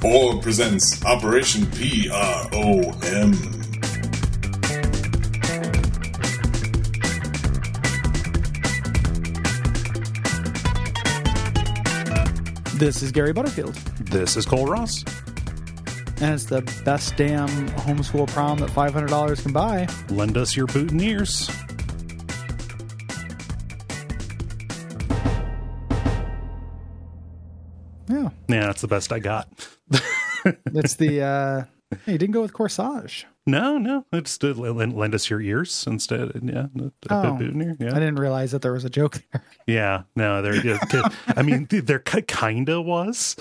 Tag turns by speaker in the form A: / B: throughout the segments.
A: Borg presents Operation PROM.
B: This is Gary Butterfield,
C: This is Cole Ross.
B: and it's the best damn homeschool prom that $500 can buy.
C: Lend us your boutonnieres.
B: Yeah,
C: Yeah, that's the best I got.
B: it's the uh, hey, you didn't go with corsage.
C: No, no, it's to lend, lend us your ears instead. Yeah, a- a
B: Oh.
C: boutonniere.
B: I
C: Yeah,
B: didn't realize that there was a joke there.
C: yeah. No, there. yeah, ki- I mean, th- there ki- kinda was.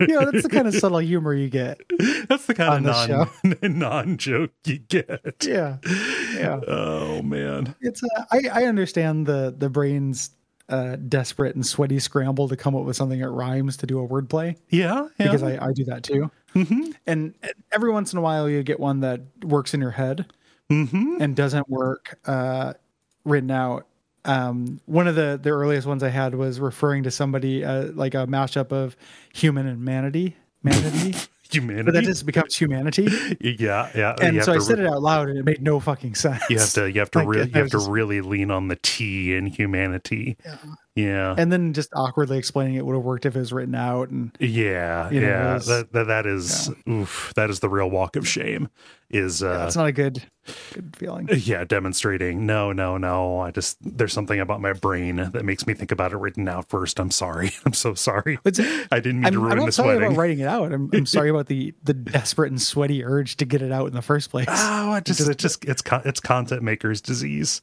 B: you know, that's the kind of subtle humor you get.
C: That's the kind
B: On this
C: of non non joke you get.
B: Yeah, yeah.
C: Oh man.
B: It's uh, I I understand the the brain's uh, desperate and sweaty scramble to come up with something that rhymes to do a wordplay
C: Yeah, yeah.
B: because I I do that too.
C: Mhm.
B: And every once in a while, you get one that works in your head.
C: Mhm.
B: and doesn't work uh, written out. Um, one of the the earliest ones I had was referring to somebody uh, like a mashup of human and manatee, manatee, but that
C: Humanity.
B: just becomes humanity.
C: yeah, yeah.
B: And
C: you
B: so I
C: Oh, have to
B: said it out loud, and it made no fucking sense.
C: You have to you have to
B: Like,
C: really
B: I
C: you have
B: was
C: to
B: just-
C: really lean on the T in humanity. Yeah. Yeah.
B: and then just awkwardly explaining it would have worked if it was written out. And
C: yeah,
B: you know,
C: yeah.
B: is-
C: that, that that is oof, that is the real walk of shame. Is uh
B: that's not a good good feeling.
C: yeah, demonstrating no, no, no. I just there's something about my brain that makes me think about it written out first. I'm sorry. I'm so sorry.
B: It's-
C: I didn't mean
B: I'm,
C: to
B: I'm
C: ruin
B: not
C: this
B: sorry
C: wedding.
B: about writing it out. I'm, I'm sorry about the the desperate and sweaty urge to get it out in the first place.
C: Oh, I just, it just it's con- it's content maker's disease.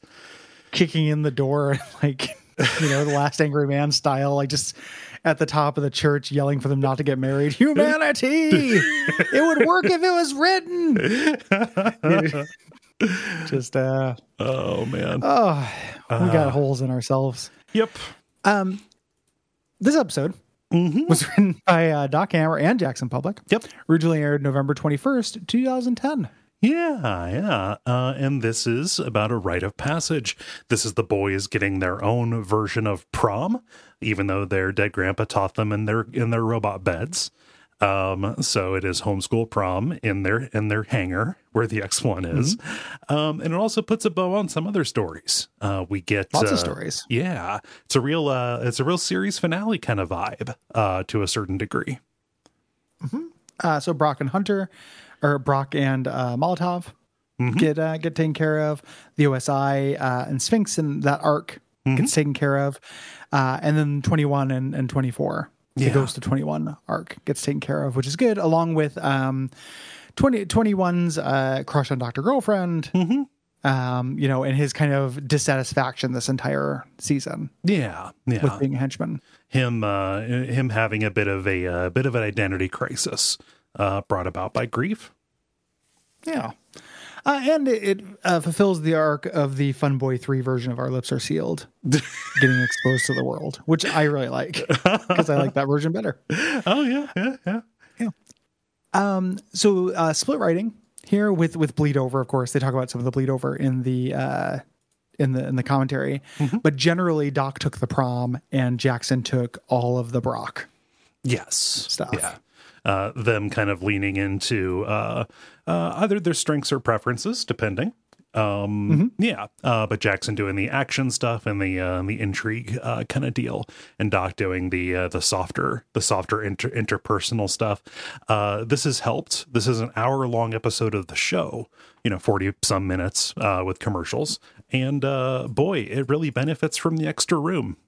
B: kicking in the door like you know the last angry man style like just at the top of the church yelling for them not to get married humanity it would work if it was written just uh
C: Oh man.
B: oh we got holes in ourselves
C: Uh. yep.
B: um this episode
C: Mm-hmm.
B: was written by uh, doc hammer and jackson public
C: Yep.
B: originally aired november 21st 2010
C: Yeah, yeah. Uh, and this is about a rite of passage. This is the boys getting their own version of prom, even though their dead grandpa taught them in their in their robot beds. Um, so it is homeschool prom in their in their hangar where the X one
B: Mm-hmm.
C: is, um, and it also puts a bow on some other stories. Uh, we get
B: lots
C: uh,
B: of stories
C: Yeah, it's a real uh, it's a real series finale kind of vibe uh, to a certain degree.
B: Uh, so Brock and Hunter, or Brock and uh, Molotov, get uh, get taken care of. The OSI uh, and Sphinx and that arc gets taken care of, uh, and then twenty one and, and twenty four.
C: Yeah.
B: The Ghost of twenty one arc gets taken care of, which is good, along with um, 20, 21's uh, crush on Doctor Girlfriend. Um, you know, and his kind of dissatisfaction this entire season
C: Yeah, yeah.
B: with being a henchman.
C: him uh, him having a bit of a uh, bit of an identity crisis uh, brought about by grief.
B: Yeah. Uh, and it, it uh, fulfills the arc of the Fun Boy 3 version of Our Lips Are Sealed, getting exposed to the world, which I really like because I like that version better.
C: Oh yeah, yeah, yeah.
B: Um, so, uh, split writing here with, with Bleed Over, of course. They talk about some of the Bleed Over in the. Uh, in the in the commentary, but generally Doc took the prom and Jackson took all of the Brock.
C: Yes,
B: Stuff.
C: Yeah, uh, them kind of leaning into uh, uh, either their strengths or preferences, depending. Um,
B: Mm-hmm.
C: Yeah, uh, but Jackson doing the action stuff and the uh, the intrigue uh, kind of deal, and Doc doing the uh, the softer the softer inter- interpersonal stuff. Uh, this has helped. This is an hour long episode of the show, you know, forty some minutes uh, with commercials, and uh, boy, it really benefits from the extra room.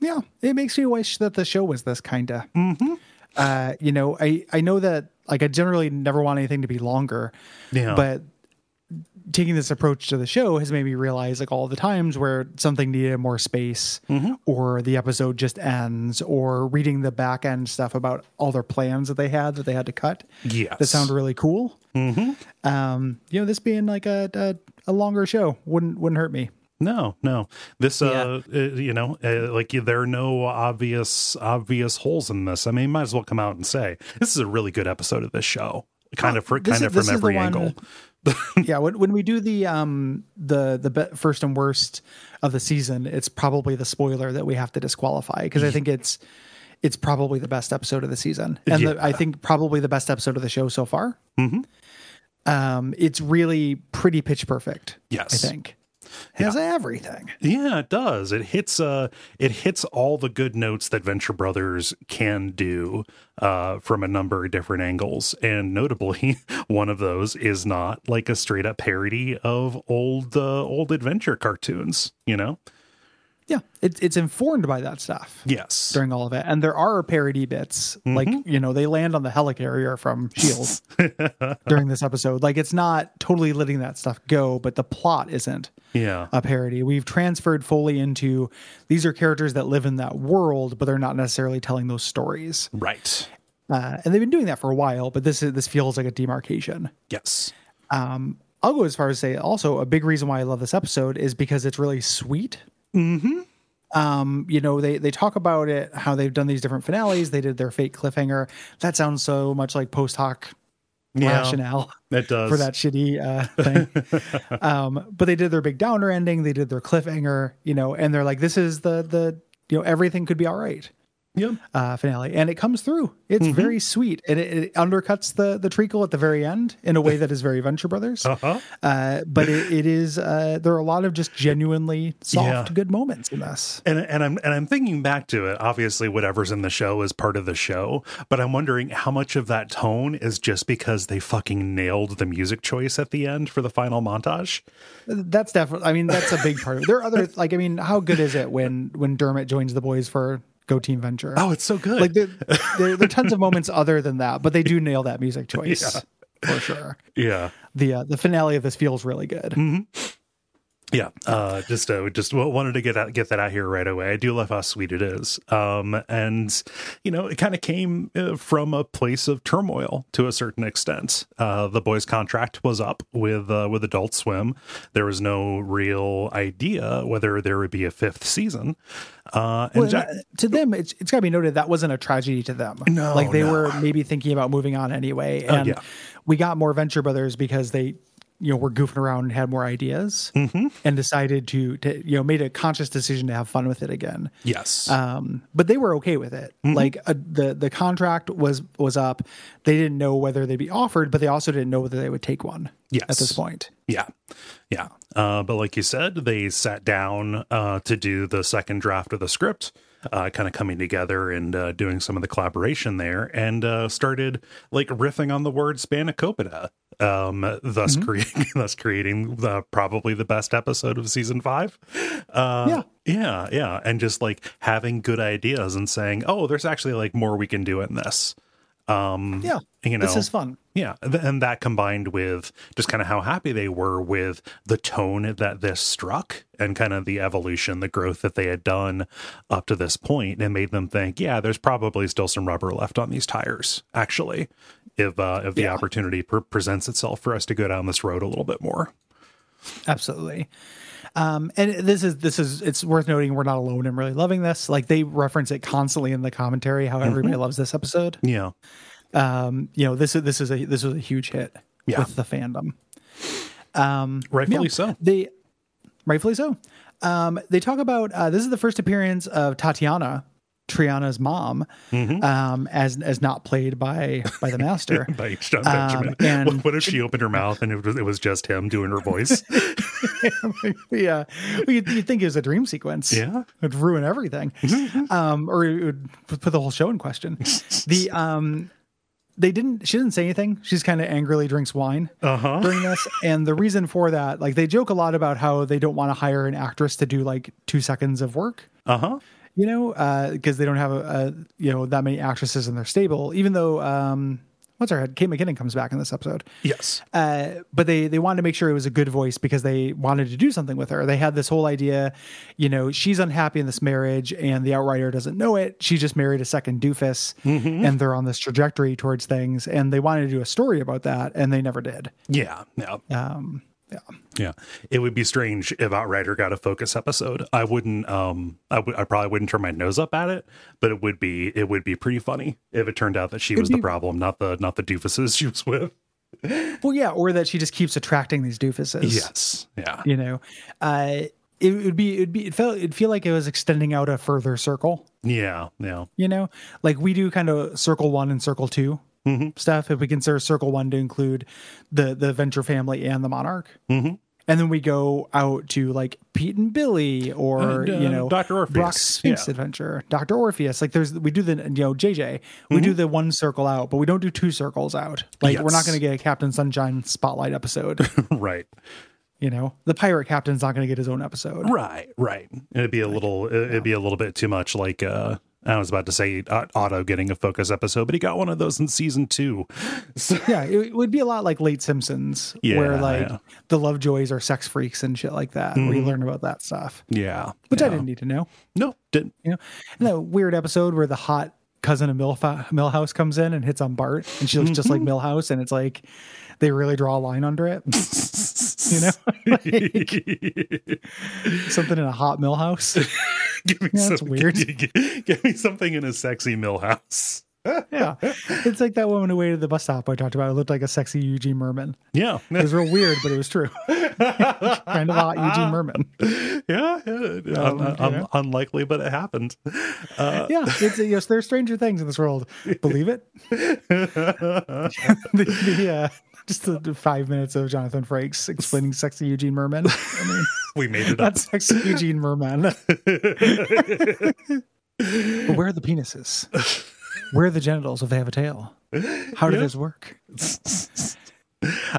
B: Yeah, it makes me wish that the show was this kinda. Uh, you know, I I know that like I generally never want anything to be longer,
C: Yeah,
B: but taking this approach to the show has made me realize like all the times where something needed more space or the episode just ends or reading the back end stuff about all their plans that they had that they had to cut
C: yes,
B: that sound really cool mm-hmm. um you know this being like a, a a longer show wouldn't wouldn't hurt me
C: No, no. This, uh, uh, you know, uh, like there are no obvious obvious holes in this. I mean, might as well come out and say this is a really good episode of this show. Kind of, for,
B: this
C: kind
B: is-
C: of
B: this
C: from
B: is the
C: every
B: one-
C: angle.
B: yeah when, when we do the um the the be- first and worst of the season it's probably the spoiler that we have to disqualify because i think it's it's probably the best episode of the season, and the, I think probably the best episode of the show so far. Um, it's really pretty pitch perfect.
C: Yes.
B: I think has everything.
C: Yeah, it does. It hits uh it hits all the good notes that Venture Brothers can do uh from a number of different angles. And notably, one of those is not like a straight up parody of old uh, old adventure cartoons, you know?
B: Yeah, it's it's informed by that stuff
C: Yes.
B: during all of it, and there are parody bits. Like you know, they land on the helicarrier from Shield during this episode. Like it's not totally letting that stuff go, but the plot isn't.
C: yeah.
B: a parody. We've transferred fully into these are characters that live in that world, but they're not necessarily telling those stories.
C: right.
B: Uh, and they've been doing that for a while, but this is, this feels like a demarcation.
C: Yes.
B: Um, I'll go as far as say also a big reason why I love this episode is because it's really sweet. Mm-hmm. Um, you know, they they talk about it how they've done these different finales. They did their fake cliffhanger. That sounds so much like post hoc rationale
C: It does.
B: for that shitty uh, thing. um, but they did their big downer ending. They did their cliffhanger, you know, and they're like, "This is the the you know everything could be all right."
C: Yep.
B: Uh, finale, and it comes through. It's
C: Mm-hmm.
B: very sweet, and it, it undercuts the the treacle at the very end in a way that is very Venture Brothers.
C: Uh-huh.
B: Uh, but it, it is uh, there are a lot of just genuinely soft,
C: Yeah.
B: good moments in this.
C: And and I'm and I'm thinking back to it. Obviously, whatever's in the show is part of the show, but I'm wondering how much of that tone is just because they fucking nailed the music choice at the end for the final montage.
B: That's definitely. I mean, that's a big part. of it. There are other like, I mean, how good is it when when Dermot joins the boys for Go Team Venture?
C: Oh, it's so good.
B: like there, there, there are tons of moments other than that, but they do nail that music choice for sure.
C: yeah.
B: The uh, the finale of this feels really good.
C: Yeah, uh, just uh, just w- wanted to get out, get that out here right away. I do love how sweet it is, um, and you know, it kind of came uh, from a place of turmoil to a certain extent. Uh, the boys' contract was up with uh, with Adult Swim. There was no real idea whether there would be a fifth season, uh, and
B: Well,
C: Jack,
B: and, uh, to them, it's it's gotta be noted that wasn't a tragedy to them.
C: No,
B: like they
C: no. Oh,
B: were maybe thinking about moving on anyway, and
C: yeah.
B: we got more Venture Brothers because they, you know, were goofing around and had more ideas,
C: Mm-hmm.
B: and decided to to you know made a conscious decision to have fun with it again.
C: yes,
B: um, but they were okay with it.
C: Mm-hmm.
B: Like uh, the the contract was was up. They didn't know whether they'd be offered, but they also didn't know whether they would take one.
C: Yes.
B: at this point,
C: Yeah. Yeah. Uh, but like you said, they sat down uh, to do the second draft of the script, uh, kind of coming together and uh, doing some of the collaboration there and uh, started like riffing on the word spanakopita, um, thus,
B: Mm-hmm.
C: creating, thus creating the, probably the best episode of season five. Uh,
B: Yeah.
C: Yeah. Yeah. And just like having good ideas and saying, oh, there's actually like more we can do in this. Um,
B: Yeah.
C: You know,
B: this is fun.
C: yeah, th- and that combined with just kind of how happy they were with the tone that this struck and kind of the evolution, the growth that they had done up to this point, and made them think, yeah, there's probably still some rubber left on these tires, actually, if uh, if the
B: Yeah.
C: opportunity pre- presents itself for us to go down this road a little bit more.
B: Absolutely. Um, and this is this is it's worth noting we're not alone in really loving this. Like they reference it constantly in the commentary how
C: Mm-hmm.
B: everybody loves this episode.
C: Yeah,
B: Um, you know this is this is a this was a huge hit
C: Yeah.
B: with the fandom.
C: rightfully so.
B: They rightfully so. Um, they talk about uh, this is the first appearance of Tatiana, Triana's mom,
C: Mm-hmm.
B: um, as as not played by by the master.
C: By John
B: Um,
C: Benjamin.
B: and-
C: what, what if she opened her mouth and it was, it was just him doing her voice?
B: yeah, well, you'd, you'd think it was a dream sequence.
C: Yeah.
B: it'd ruin everything, um, or it would put the whole show in question. The um, they didn't. She didn't say anything. She's kind of angrily drinks wine.
C: Uh huh.
B: during this. And the reason for that, like they joke a lot about how they don't want to hire an actress to do like two seconds of work,
C: Uh huh.
B: you know, because they don't have a, a you know that many actresses in their stable. Even though um, what's her head, Kate McKinnon comes back in this episode.
C: Yes.
B: Uh, but they they wanted to make sure it was a good voice because they wanted to do something with her. They had this whole idea, you know, she's unhappy in this marriage and the outrider doesn't know it. She just married a second doofus and they're on this trajectory towards things. And they wanted to do a story about that and they never did.
C: Yeah. Yeah.
B: Um,
C: Yeah, it would be strange if Outrider got a focus episode. I wouldn't. Um, I would. I probably wouldn't turn my nose up at it, but it would be. It would be pretty funny if it turned out that she was the
B: be-
C: problem, not the not the doofuses she was with.
B: Well, yeah, or that she just keeps attracting these doofuses.
C: Yes. Yeah.
B: You know, uh, it would be it'd be it felt it'd feel like it was extending out a further circle.
C: Yeah, yeah.
B: You know, like we do kind of circle one and circle 2
C: Mm-hmm.
B: stuff. If we consider circle one to include the the venture family and the monarch, mm-hmm. and then we go out to like Pete and Billy or
C: And, uh,
B: you know
C: Dr. Orpheus,
B: Brock's Sphinx
C: yeah.
B: adventure, Doctor Orpheus. Like there's we do the you know JJ, we do the one circle out, but we don't do two circles out. Like we're
C: Mm-hmm. Yes.
B: not going to get a Captain Sunshine spotlight episode.
C: right.
B: you know, the pirate captain's not going to get his own episode.
C: Right, right. It'd be a little it'd be a little bit too much like uh I was about to say uh, Otto getting a focus episode, but he got one of those in season 2. So
B: Yeah, it it would be a lot like late Simpsons, where
C: Yeah,
B: like
C: yeah.
B: the Lovejoys are sex freaks and shit like that, where you learn about that stuff,
C: yeah.
B: which I
C: yeah.
B: didn't need to know.
C: No, didn't.
B: You know, and that weird episode where the hot cousin of Milf- Millhouse comes in and hits on Bart, and she looks just
C: Mm-hmm.
B: like Millhouse, and it's like they really draw a line under it. you know, something in a hot Millhouse.
C: give me
B: Yeah, that's
C: some,
B: weird.
C: Give, me something in a sexy millhouse.
B: Yeah, it's like that woman who waited at the bus stop I talked about. It looked like a sexy Eugene Merman.
C: Yeah.
B: It
C: yeah.
B: was real weird, but it was true. kind of hot Eugene Merman.
C: yeah. Un-
B: you
C: un-
B: know?
C: unlikely, but it happened. Uh,
B: yeah, it's yes. There's stranger things in this world. Believe it. the, the, uh, just the, the five minutes of Jonathan Frakes explaining sexy Eugene Merman. I mean,
C: we made it up.
B: not sexy Eugene Merman. but where are the penises? Where are the genitals if they have a tail? How did
C: Yeah.
B: this work?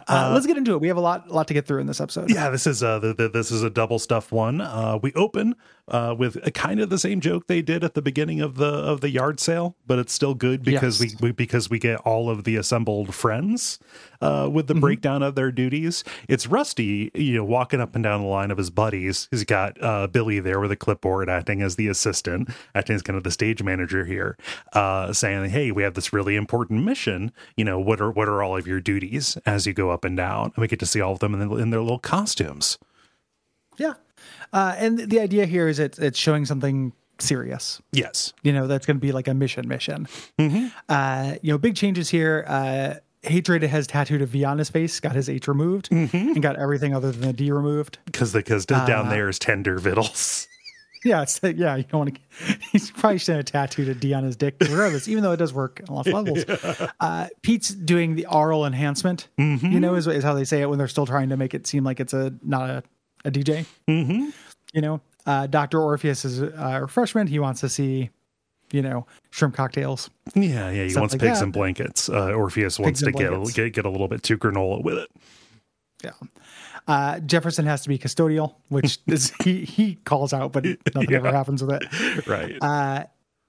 B: Uh, let's get into it. We have a lot, lot to get through in this episode.
C: Yeah, this is uh, the, the, this is a double stuff one. Uh, we open uh, with a kind of the same joke they did at the beginning of the of the yard sale, but it's still good because
B: Yes.
C: we, we because we get all of the assembled friends uh, with the breakdown of their duties. It's Rusty, you know, walking up and down the line of his buddies. He's got uh, Billy there with a clipboard, acting as the assistant, acting as kind of the stage manager here, uh, saying, "Hey, we have this really important mission. You know, what are what are all of your duties as you go up and down?" And we get to see all of them in, the, in their little costumes.
B: yeah. Uh, and the idea here is it's it's showing something serious.
C: Yes.
B: you know that's going to be like a mission mission uh you know big changes here uh hatred has tattooed a v on his face got his h removed and got everything other than the d removed
C: Because because down there is tender vittles.
B: yeah it's yeah you don't want to he's probably shouldn't have tattooed a d on his dick regardless even though it does work on lots of levels uh pete's doing the aural enhancement you know is, is how they say it when they're still trying to make it seem like it's a not a, a dj you know uh dr orpheus is uh, a refreshment he wants to see you know shrimp cocktails
C: Yeah, yeah. He
B: Stuff
C: wants
B: like
C: pigs
B: that.
C: and blankets. Uh, Orpheus wants to
B: and
C: get, a-
B: blankets.
C: get get a little bit too granola with it.
B: Yeah. Uh, Jefferson has to be custodial, which is he he calls out, but nothing ever happens with it.
C: Right.
B: Uh,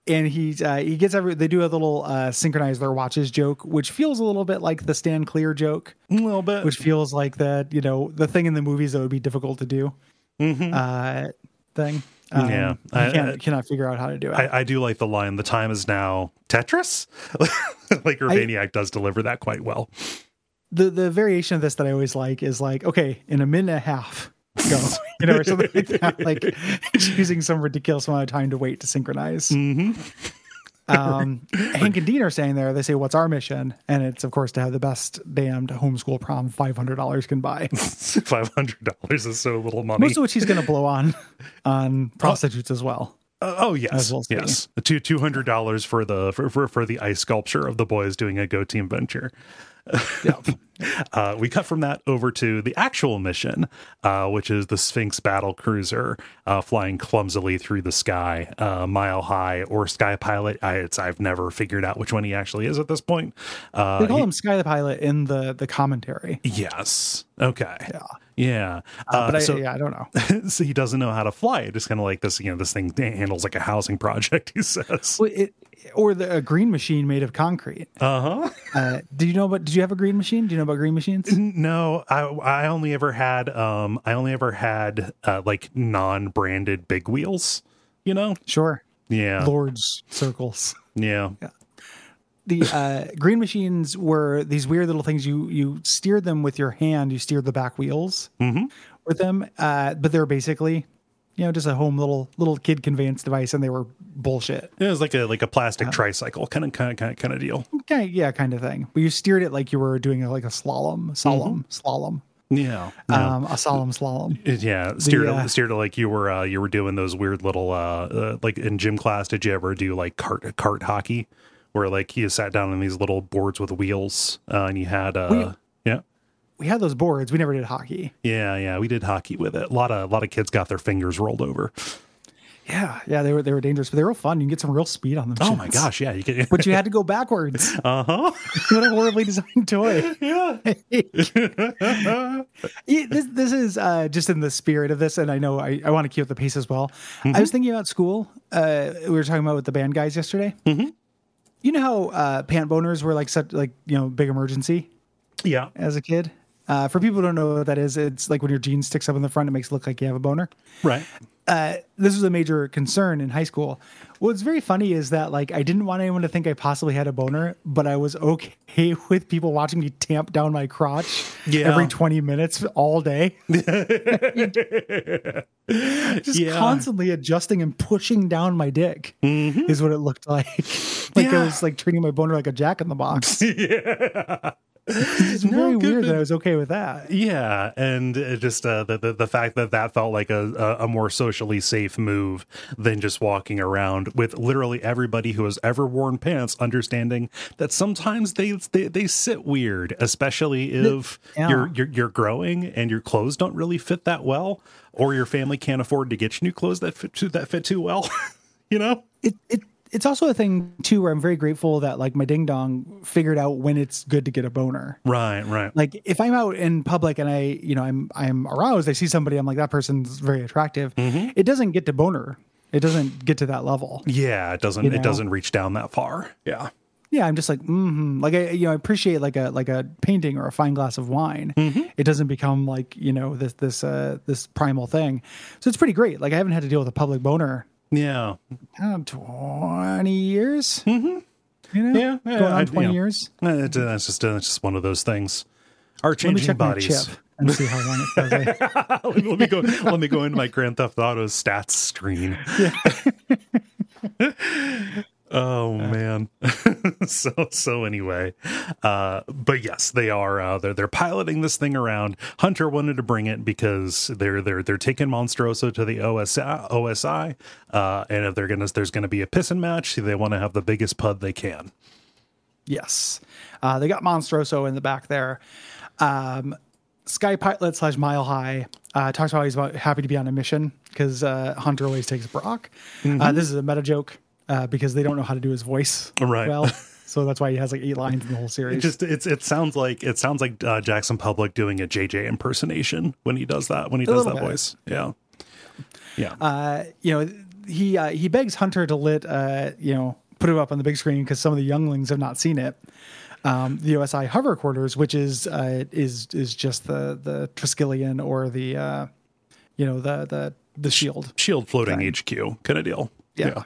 B: and he uh, he gets every they do a little uh, synchronize their watches joke, which feels a little bit like the stand clear joke,
C: a little bit.
B: which feels like the you know the thing in the movies that would be difficult to do uh, thing. Um,
C: Mm-hmm. Yeah.
B: he
C: I-
B: can't,
C: I-
B: cannot figure out how to do it.
C: I, I do like the line. The time is now Tetris. like Urbaniac does deliver that quite well.
B: the the variation of this that I always like is like, okay, in a minute and a half, go, you know, or something like that. Like choosing some ridiculous amount of time to wait to synchronize.
C: Mm-hmm.
B: Um, Hank and Dean are saying there, they say, "What's our mission?" And it's of course to have the best damned homeschool prom five hundred dollars can buy.
C: Five hundred dollars is so little money.
B: Most of which he's going to blow on on prostitutes as well.
C: Uh, oh yes,
B: As we'll see.
C: yes. Two two hundred dollars for the for, for for the ice sculpture of the boys doing a go team venture. Uh, we cut from that over to the actual mission, uh, which is the Sphinx battle cruiser uh, flying clumsily through the sky, uh, mile high or sky pilot. I, it's I've never figured out which one he actually is at this point. Uh,
B: They call him Sky the Pilot in the the commentary,
C: yes. Okay.
B: Yeah.
C: Yeah. Uh,
B: but I,
C: so-
B: yeah, I don't know.
C: so he doesn't know how to fly it. It's kind of like this, you know, this thing handles like a housing project. He says,
B: Well, It, or the a green machine made of concrete.
C: "Uh huh."
B: Uh, did you know about? Did you have a green machine? Do you know about green machines?
C: No, I I only ever had um I only ever had uh, like non-branded big wheels. You know?
B: Sure.
C: Yeah.
B: Lords circles.
C: Yeah.
B: The uh, green machines were these weird little things. You you steered them with your hand. You steered the back wheels
C: Mm-hmm.
B: with them. Uh, but they're basically, you know, just a home little little kid conveyance device, and they were bullshit.
C: It was like a like a plastic tricycle kind of kind of kind of kind of deal.
B: Okay, yeah, kind of thing. But you steered it like you were doing like a slalom, slalom, slalom.
C: Yeah. Mm-hmm. yeah.
B: Um, a solemn slalom.
C: yeah, steer
B: uh,
C: steer to like you were uh, you were doing those weird little uh, uh like in gym class. Did you ever do like cart cart hockey, where like you sat down on these little boards with wheels uh, and you had uh yeah
B: We had those boards. We never did hockey.
C: yeah yeah we did hockey with it. A lot of a lot of kids got their fingers rolled over.
B: Yeah, yeah, they were they were dangerous, but they were fun. You can get some real speed on them.
C: Oh my
B: shits.
C: gosh, yeah, you could.
B: But you had to go backwards.
C: Uh huh.
B: what a horribly designed toy.
C: Yeah.
B: Yeah, this this is uh, just in the spirit of this, and I know I, I want to keep up the pace as well. I was thinking about school. Uh, we were talking about with the band guys yesterday. You know how uh, pant boners were like such like you know big emergency
C: Yeah.
B: as a kid. Uh, for people who don't know what that is, it's like when your jeans sticks up in the front, it makes it look like you have a boner.
C: Right.
B: Uh, this was a major concern in high school. What's very funny is that like I didn't want anyone to think I possibly had a boner, but I was okay with people watching me tamp down my crotch
C: Yeah.
B: every 20 minutes all day. Just
C: Yeah.
B: constantly adjusting and pushing down my dick is what it looked like. like I
C: Mm-hmm. Yeah.
B: was like treating my boner like a jack in the box.
C: yeah.
B: It's very
C: good
B: weird
C: to-
B: that I was okay with that.
C: Yeah, and uh, just uh, the, the the fact that that felt like a, a a more socially safe move than just walking around with literally everybody who has ever worn pants, understanding that sometimes they they, they sit weird, especially if
B: Yeah.
C: you're, you're you're growing and your clothes don't really fit that well, or your family can't afford to get you new clothes that fit too, that fit too well. you know?
B: it, it it's also a thing too where I'm very grateful that like my ding dong figured out when it's good to get a boner.
C: Right, right.
B: Like if I'm out in public and I, you know, I'm I'm aroused, I see somebody, I'm like that person's very attractive.
C: Mm-hmm.
B: It doesn't get to boner. It doesn't get to that level.
C: yeah, it doesn't
B: You know?
C: it doesn't reach down that far. Yeah.
B: Yeah, I'm just like, mm-hmm. like I, you know, I appreciate like a like a painting or a fine glass of wine.
C: Mm-hmm.
B: It doesn't become like you know this this uh this primal thing. So it's pretty great. Like I haven't had to deal with a public boner
C: Yeah.
B: in twenty years. Mm-hmm. You know,
C: Yeah, yeah,
B: going
C: I-
B: on twenty
C: yeah.
B: years.
C: Uh, it- uh, That's just uh, that's just one of those things. Our
B: Let me
C: changing
B: check
C: bodies.
B: my chip and see how long it says. I-
C: let, me, let me go. Let me go into my Grand Theft Auto stats screen. oh
B: Uh.
C: man. so so anyway, uh, but yes, they are. Uh, they're they're piloting this thing around. Hunter wanted to bring it because they're they're they're taking Monstroso to the OSI. OSI, uh, and if they're gonna there's gonna be a pissing match, they want to have the biggest pud they can.
B: yes, uh, they got Monstroso in the back there. Um, Sky Pilot slash Mile High uh, talks about he's about happy to be on a mission because uh, Hunter always takes Brock. Uh, this is a meta joke uh, because they don't know how to do his voice
C: Right.
B: well, so that's why he has like eight lines in the whole series.
C: just it's it sounds like it sounds like uh, Jackson Public doing a JJ impersonation when he does that when he does
B: little
C: that
B: bit.
C: voice. Yeah, yeah,
B: uh, you know, he uh, he begs Hunter to let uh, you know put it up on the big screen because some of the younglings have not seen it. Um, the OSI hover quarters, which is uh, is is just the the Triskelion or the uh, you know the the the shield.
C: Shield E floating HQ kind of deal.
B: Yeah.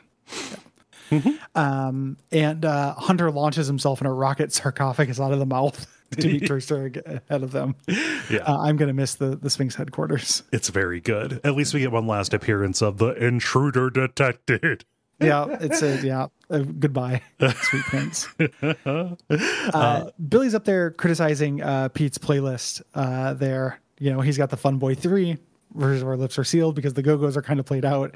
B: Um, and uh, Hunter launches himself in a rocket sarcophagus out of the mouth to meet Trickster ahead of them.
C: yeah, Yeah.
B: Uh, I'm gonna miss the the Sphinx headquarters.
C: it's very good. At least we get one last appearance of the intruder detected.
B: yeah, it says yeah. Uh, goodbye, sweet prince. Uh, Billy's up there criticizing uh, Pete's playlist. Uh, there, you know, he's got the Fun Boy Three. Versions of our lips are sealed because the Go Go's are kind of played out,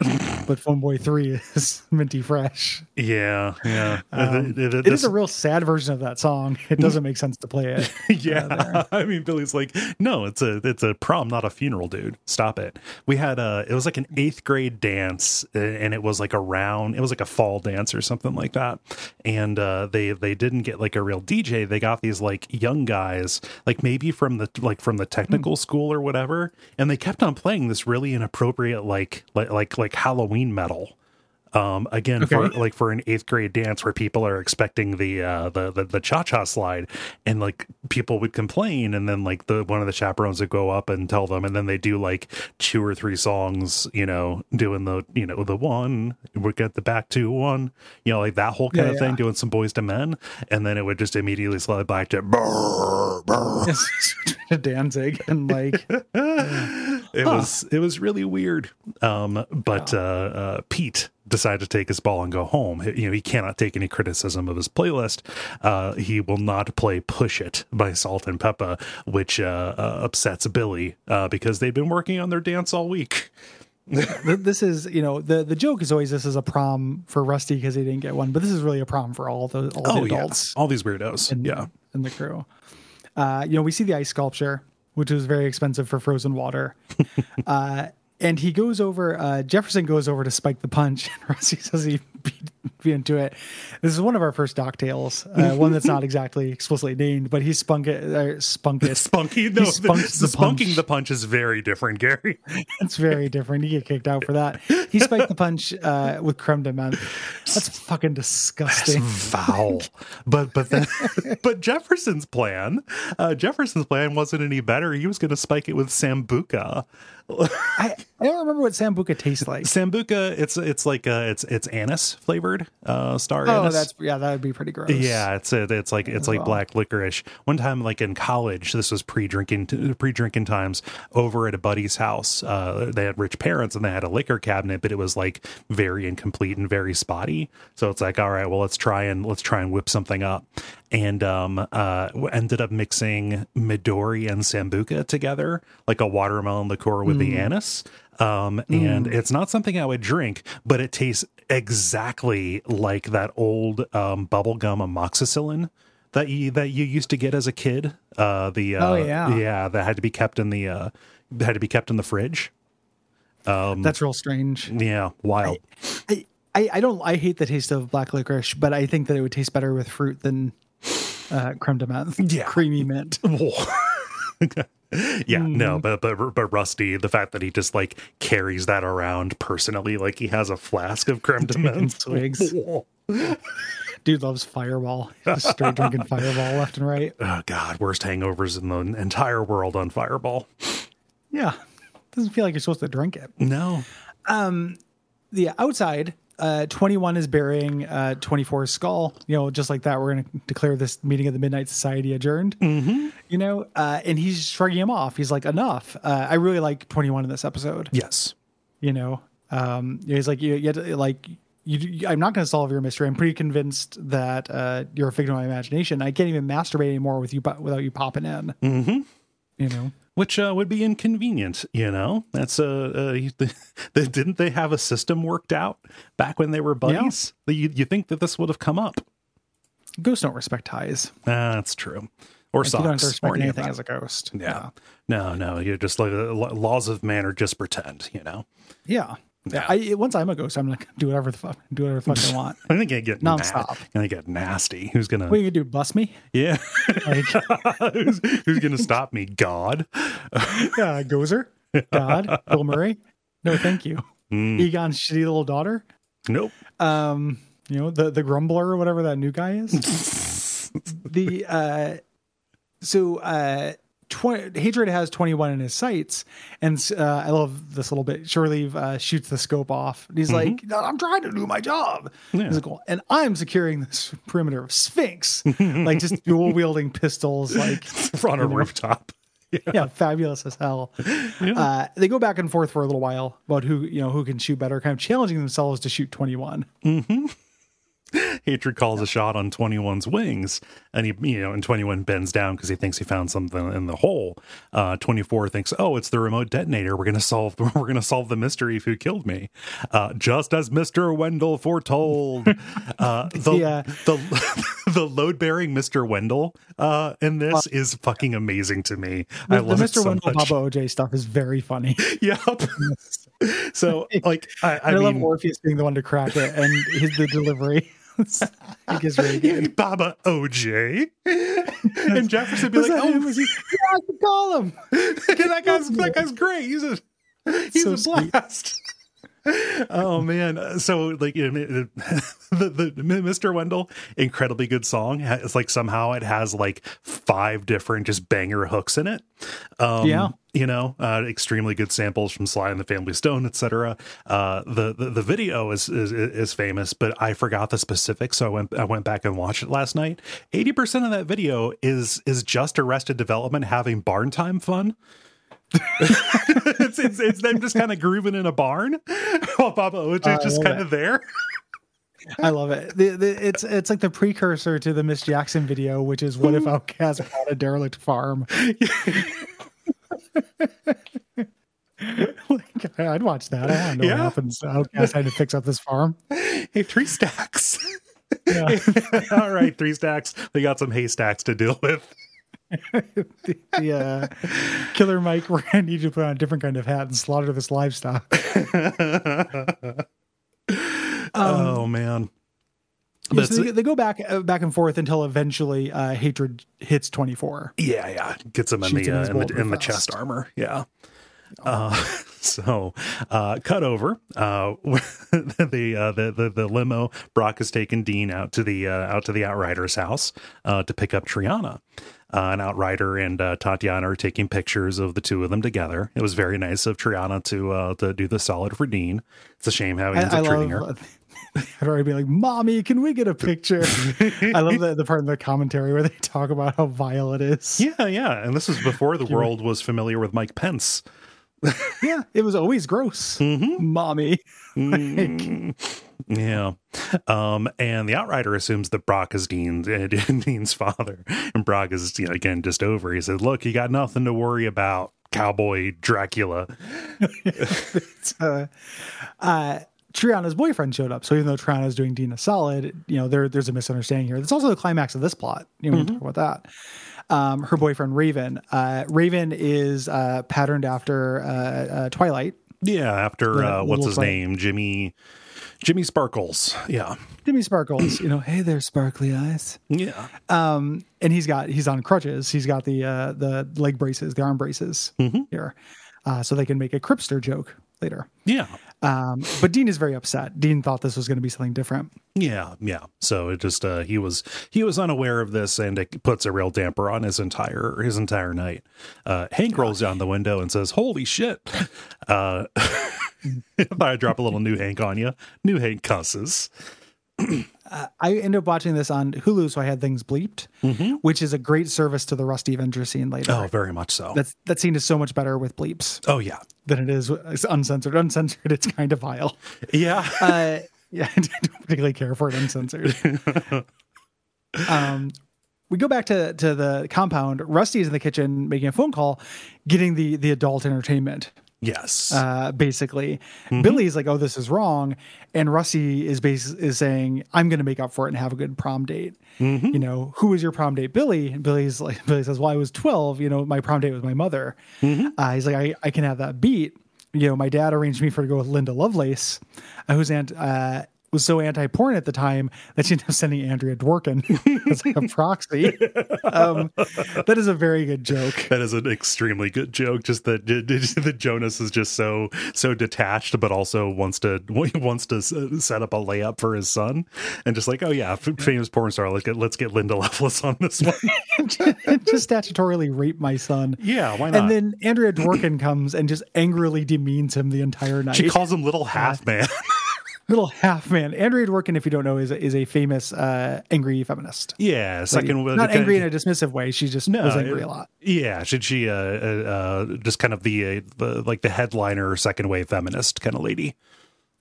B: but Fun Boy Three is minty fresh.
C: Yeah, yeah. Th- th- th-
B: Um, It is
C: this-
B: a real sad version of that song. It doesn't make sense to play it.
C: yeah i mean billy's like no it's a it's a prom not a funeral dude stop it we had a it was like an eighth grade dance uh, and it was like a round it was like a fall dance or something like that and uh they they didn't get like a real dj they got these like young guys like maybe from the like from the technical school or whatever and they kept on playing this really inappropriate like like like like halloween metal um again for
B: Okay.
C: like for an eighth grade dance where people are expecting the uh the, the the cha-cha slide and like people would complain and then like the one of the chaperones would go up and tell them and then they do like two or three songs you know doing the you know the one we get the back to one you know like that whole kind
B: Yeah,
C: of
B: yeah.
C: thing doing some boys to men and then it would just immediately slide back to brr, brr.
B: Danzig and like
C: it was it was really weird. Um, but uh, uh, Pete decided to take his ball and go home. He- you know, he cannot take any criticism of his playlist. Uh, he will not play "Push It" by Salt and Peppa, which uh, uh, upsets Billy uh, because they've been working on their dance all week.
B: Th- this is you know the the joke is always this is a prom for Rusty because he didn't get one, but this is really a prom for all the all the Oh, adults
C: Oh, yeah, all these weirdos. yeah,
B: in the crew. Uh, you know, we see the ice sculpture, which was very expensive for frozen water. uh, and he goes over. Uh, Jefferson goes over to spike the punch, and Rusty says he beat, beat into it. This is one of our first doc tales, uh, one that's not exactly explicitly named, but he spunk it. Uh, spunk it.
C: spunky. No, the,
B: spunks
C: the
B: the punch.
C: spunking the punch is very different, Gary.
B: It's very different. You get kicked out for that. He spiked the punch uh, with creme de menthe. That's fucking disgusting.
C: foul. but but then, but Jefferson's plan, uh, Jefferson's plan wasn't any better. He was going to spike it with sambuca.
B: I, I don't remember what sambuca tastes like.
C: Sambuca, it's it's like uh, it's it's anise flavored, uh, star
B: Oh,
C: anise.
B: that's yeah, that would be pretty gross.
C: yeah, it's it, it's like it's like black licorice. One time, like in college, this was pre drinking pre drinking times. Over at a buddy's house, uh, they had rich parents and they had a liquor cabinet, but it was like very incomplete and very spotty. So it's like, all right, well, let's try and let's try and whip something up. And um, uh, we ended up mixing Midori and Sambuca together, like a watermelon liqueur with the anise. Um, and it's not something I would drink, but it tastes exactly like that old um, bubblegum amoxicillin that you that you used to get as a kid. Uh, the uh,
B: Oh, yeah.
C: yeah that had to be kept in the uh, that had to be kept in the fridge.
B: that's real strange.
C: Yeah, wild.
B: I, I, I don't. I hate the taste of black licorice, but I think that it would taste better with fruit than uh, creme de menthe.
C: Yeah.
B: creamy mint.
C: yeah,
B: Mm.
C: no, but but but Rusty, the fact that he just like carries that around personally, like he has a flask of creme de
B: Taking
C: menthe. Oh,
B: swigs. Dude loves Fireball. Just straight drinking Fireball left and right.
C: Oh God, worst hangovers in the entire world on Fireball.
B: Yeah, doesn't feel like you're supposed to drink it.
C: No,
B: the outside uh 21 is burying uh 24's skull you know just like that we're gonna declare this meeting of the midnight society adjourned
C: Mm-hmm.
B: you know uh and he's shrugging him off he's like enough uh i really like 21 in this episode
C: yes,
B: you know um he's like you, you had to, like you, I'm not going to solve your mystery. I'm pretty convinced that uh, you're a figment of my imagination. I can't even masturbate anymore with you po- without you popping in. Mm-hmm. You know,
C: which uh, would be inconvenient. You know, that's uh, uh, you- they, didn't they have a system worked out back when they were buddies? That You, you think that this would have come up?
B: ghosts don't respect ties.
C: Ah, that's true. Or
B: You don't have
C: socks
B: to
C: or
B: respect
C: any of
B: anything
C: that.
B: as a ghost.
C: yeah. No, no, you're just like uh, lo- laws of man are just pretend, you know.
B: Yeah.
C: Yeah.
B: I once I'm a ghost, I'm gonna do whatever the fuck do whatever the fuck I want.
C: I think I get
B: Nonstop.
C: nasty. I get nasty. Who's gonna?
B: What are you gonna do? Bust me?
C: Yeah,
B: Like
C: who's, who's gonna stop me? God.
B: yeah, Gozer, God, Bill Murray. No, thank you.
C: Mm.
B: Egon's shitty little daughter.
C: Nope.
B: Um, you know, the the grumbler or whatever that new guy is. the uh so uh 20, hatred has 21 in his sights and uh, i love this little bit shirley uh, shoots the scope off and he's like "No, i'm trying to do my job
C: Yeah.
B: He's like, "Well, and i'm securing this perimeter of sphinx like just dual wielding pistols like
C: On a rooftop.
B: yeah fabulous as hell uh, they go back and forth for a little while about who you know who can shoot better kind of challenging themselves to shoot 21
C: Hatred calls a shot on 21's wings, and he, you know, and 21 bends down because he thinks he found something in the hole. Uh, 24 thinks, "Oh, it's the remote detonator. We're gonna solve. We're gonna solve the mystery of who killed me." Uh, just as Mister Wendell foretold, uh, the
B: Yeah.
C: the the load bearing Mister Wendell uh, in this is fucking amazing to me. I
B: the,
C: love
B: the
C: it
B: mr
C: so
B: wendell
C: much.
B: papa oj stuff is very funny
C: Yep. so, like, I, I,
B: i,
C: mean,
B: love orpheus being the one to crack it and his the delivery it gets really good
C: Baba OJ. and Jefferson be
B: Was
C: like,
B: that him?
C: oh,
B: Was he- yeah, I could call him.
C: that, guy's, that guy's great. He's a, he's
B: So
C: a
B: sweet.
C: blast. oh, man. Uh, So, like, you know, the, the, Mr. Wendell, incredibly good song. Ha- It's like somehow it has like five different just banger hooks in it. Um,
B: Yeah.
C: You know, uh, extremely good samples from Sly and the Family Stone, etc. Uh, the, the the video is, is is famous, but I forgot the specifics, so I went I went back and watched it last night. Eighty percent of that video is is just Arrested Development having barn time fun. it's, it's, it's them just kind of grooving in a barn while Papa Oach is
B: I
C: just
B: love
C: kind of there.
B: I love it. The, the, it's it's like the precursor to the Miss Jackson video, which is what if Outcast bought a derelict farm? like, I'd watch that. I want to know
C: Yeah.
B: what happens. to Outcast had to fix up this farm.
C: Hey, three stacks.
B: Yeah.
C: All right, three stacks. They got some haystacks to deal with.
B: the the, uh, killer Mike ran need to put on a different kind of hat and slaughter this livestock.
C: oh man.
B: Yeah,
C: That's
B: so they, they go back uh, back and forth until eventually uh, hatred hits twenty four.
C: Yeah, yeah. Gets him in
B: Shoots
C: the,
B: him in
C: uh,
B: his
C: in,
B: bulletproof
C: the in the
B: vest. Oh.
C: chest armor. Yeah. Uh, so, uh, cut over. Uh, the, uh, the the the limo. Brock has taken Dean out to the uh, out to the Outrider's house uh, to pick up Triana. Uh, an Outrider and uh, Tatiana are taking pictures of the two of them together. It was very nice of Triana to uh, to do the solid for Dean. It's a shame how he
B: I,
C: ends
B: I
C: up treating
B: love.
C: her.
B: I'd already be like, "Mommy, can we get a picture?" I love the, the part in the commentary where they talk about how vile it is.
C: Yeah, yeah. And this is before the world was familiar with Mike Pence.
B: Yeah, it was always gross,
C: Mm-hmm.
B: mommy. Mm.
C: Yeah. Um, and the outrider assumes that Brock is Dean's, uh, Dean's father. And Brock is, you know, again, just over. He says, Look, you got nothing to worry about, cowboy Dracula.
B: Uh, uh, Triana's boyfriend showed up, so even though Triana's doing Dina solid, you know there there's a misunderstanding here. That's also the climax of this plot. You know, we
C: Mm-hmm.
B: can talk about that. Um, her boyfriend Raven. Uh, Raven is uh, patterned after uh, uh, Twilight.
C: Yeah. After,
B: Yeah,
C: uh, what's
B: little
C: his
B: fight.
C: name? Jimmy, Jimmy Sparkles. Yeah.
B: Jimmy Sparkles, you know, hey there, sparkly eyes.
C: Yeah.
B: Um, and he's got he's on crutches. He's got the uh, the leg braces, the arm braces here, uh, so they can make a Cripster joke later.
C: Yeah.
B: Um, but Dean is very upset. Dean thought this was going to be something different.
C: Yeah. Yeah. So it just, uh, he was, he was unaware of this and it puts a real damper on his entire, his entire night. Uh, Hank rolls down the window and says, Holy shit. Uh, I thought I'd drop a little new Hank on you. New Hank cusses.
B: I ended up watching this on Hulu, so I had things bleeped, which is a great service to the Rusty Avenger scene later.
C: Oh, very much so.
B: That's, that scene is so much better with bleeps
C: oh yeah,
B: than it is it's uncensored. Uncensored, it's kind of vile.
C: yeah,
B: Uh, yeah, I don't particularly care for it uncensored. um, we go back to, to the compound. Rusty is in the kitchen making a phone call, getting the, the adult entertainment
C: yes,
B: uh, basically. Billy's like, "Oh, this is wrong," and Rusty is bas- is saying, "I'm going to make up for it and have a good prom date." You know, who was your prom date, Billy? And Billy's like, Billy says, "Well, I was 12. You know, my prom date was my mother." Uh, he's like, I, "I can have that beat." You know, my dad arranged me for to go with Linda Lovelace, uh, whose aunt uh, was so anti-porn at the time that she ended up sending Andrea Dworkin as like a proxy. um, that is a very good joke.
C: that is an extremely good joke. Just that that Jonas is just so so detached, but also wants to wants to s- set up a layup for his son, and just like, oh yeah, f- famous porn star. Let's get let's get Linda Loveless on this one.
B: Just statutorily rape my son.
C: yeah, why not?
B: And then Andrea Dworkin comes and just angrily demeans him the entire night.
C: she calls him Little Half Man.
B: Little half man. Andrea Dworkin, if you don't know, is a, is a famous uh, angry feminist.
C: yeah, second
B: Not angry in a dismissive way. She just was angry
C: it-
B: a lot.
C: Yeah, should she uh, uh, uh just kind of the, uh, the like the headliner second wave feminist kind of lady?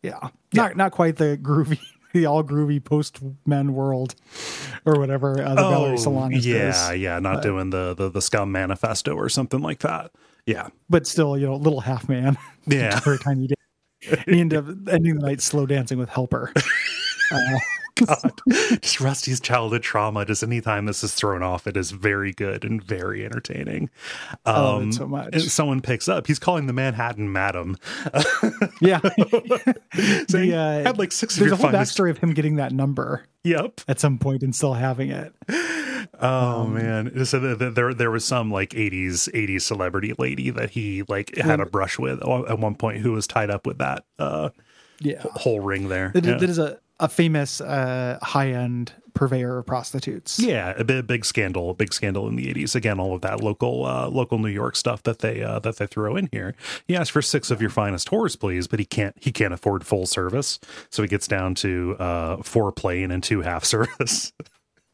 B: Yeah. Not not quite the groovy, the all groovy post men world or whatever uh, the Valerie Solanas
C: Oh, yeah,
B: is.
C: yeah, not doing the, the the scum manifesto or something like that. Yeah,
B: But still, you know, little half man.
C: yeah,
B: for a tiny day. And you end up ending the night slow dancing with helper.
C: just Rusty's childhood trauma. Just anytime this is thrown off, it is very good and very entertaining. Um,
B: love it Oh, so much.
C: and someone picks up. He's calling the Manhattan Madam.
B: Yeah.
C: Saying,
B: uh,
C: had like six of
B: There's
C: your
B: a whole
C: finest.
B: backstory of him getting that number.
C: Yep.
B: at some point and still having it.
C: Oh
B: Um,
C: man. So th th there there was some like 80s 80s celebrity lady that he like had a brush with at one point who was tied up with that uh
B: Yeah.
C: whole ring there.
B: That is,
C: yeah.
B: that is a, a famous uh, high end purveyor of prostitutes.
C: Yeah, a big, big scandal, a big scandal in the eighties. Again, all of that local, uh, local New York stuff that they uh, that they throw in here. He asks for six of your finest whores, please, but he can't he can't afford full service, so he gets down to uh, four plain and two half service.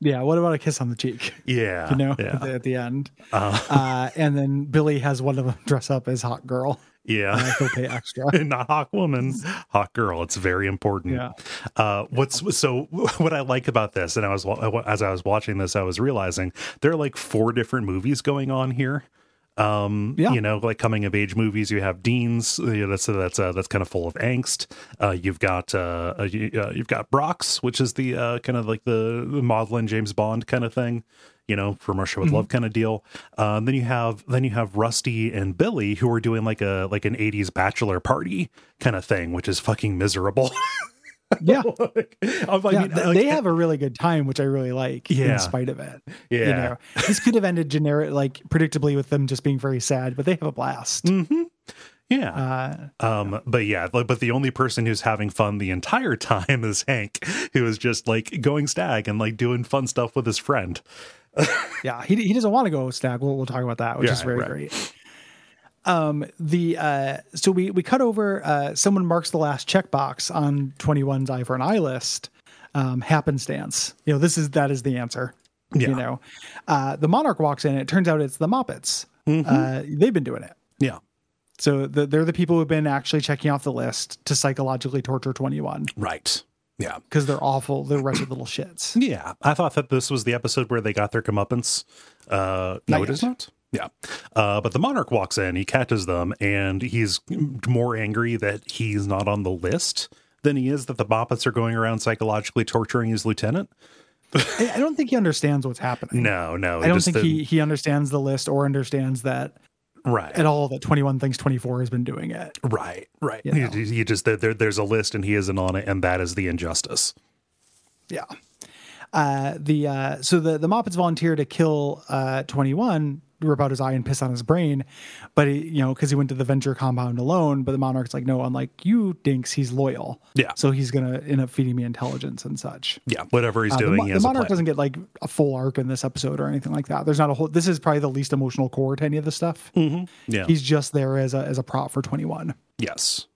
B: Yeah. What about a kiss on the cheek?
C: Yeah.
B: You know,
C: Uh, Yeah.
B: at, the, at the end. Uh, and then Billy has one of them dress up as hot girl.
C: yeah.
B: He'll pay extra.
C: not hawk woman hawk girl it's very important
B: Yeah.
C: uh what's so what i like about this and i was wa- as i was watching this i was realizing there are like four different movies going on here um
B: Yeah.
C: you know like coming of age movies you have dean's you know, that's that's uh, that's kind of full of angst uh you've got uh, uh, you, uh you've got brock's which is the uh kind of like the maudlin james bond kind of thing you know from russia
B: Mm-hmm.
C: with love kind of deal um then you have then you have rusty and billy who are doing like a like an 80s bachelor party kind of thing which is fucking miserable
B: yeah.
C: Like, I
B: yeah.
C: mean,
B: th-
C: like-
B: they have a really good time, which I really like
C: Yeah.
B: in spite of it.
C: yeah
B: You know, this could have ended generic, like predictably with them just being very sad, but they have a blast.
C: yeah
B: Uh,
C: Um, but yeah, like, but the only person who's having fun the entire time is Hank, who is just like going stag and like doing fun stuff with his friend.
B: yeah he, he doesn't want to go stag we'll, we'll talk about that which
C: Yeah,
B: is very
C: right.
B: great um the uh so we we cut over uh someone marks the last checkbox on 21's eye for an eye list um happenstance you know this is that is the answer
C: Yeah.
B: you know uh the monarch walks in and it turns out it's the moppets
C: Mm-hmm.
B: uh they've been doing it
C: Yeah,
B: so the, they're the people who've been actually checking off the list to psychologically torture 21
C: right. Yeah,
B: because they're awful they're wretched little shits
C: yeah. I thought that this was the episode where they got their comeuppance. Uh, no,
B: Not
C: it is
B: yet.
C: not. Yeah, uh, but the monarch walks in, he catches them, and he's more angry that he's not on the list than he is that the Boppets are going around psychologically torturing his lieutenant.
B: I, I don't think he understands what's happening
C: No, no,
B: I don't
C: just
B: think
C: didn't-
B: he, he understands the list or understands that
C: right
B: at all that 21 thinks 24 has been doing it.
C: Right, right.
B: You
C: You,
B: know?
C: you- you just there, there- there's a list and he isn't on it, and that is the injustice.
B: Yeah. Uh, the uh, so the the Moppets volunteer to kill uh, 21, rip out his eye and piss on his brain, but he, you know because he went to the Venture compound alone. But the Monarch's like, no, unlike you, Dinks, he's loyal.
C: Yeah.
B: So he's gonna end up feeding me intelligence and such.
C: Yeah, whatever he's
B: Uh, the
C: doing,
B: Mo-
C: he
B: the,
C: has a
B: Monarch
C: plan.
B: doesn't get like a full arc in this episode or anything like that. There's not a whole. This is probably the least emotional core to any of the stuff.
C: Mm-hmm. Yeah.
B: He's just there as a as a prop for 21.
C: Yes.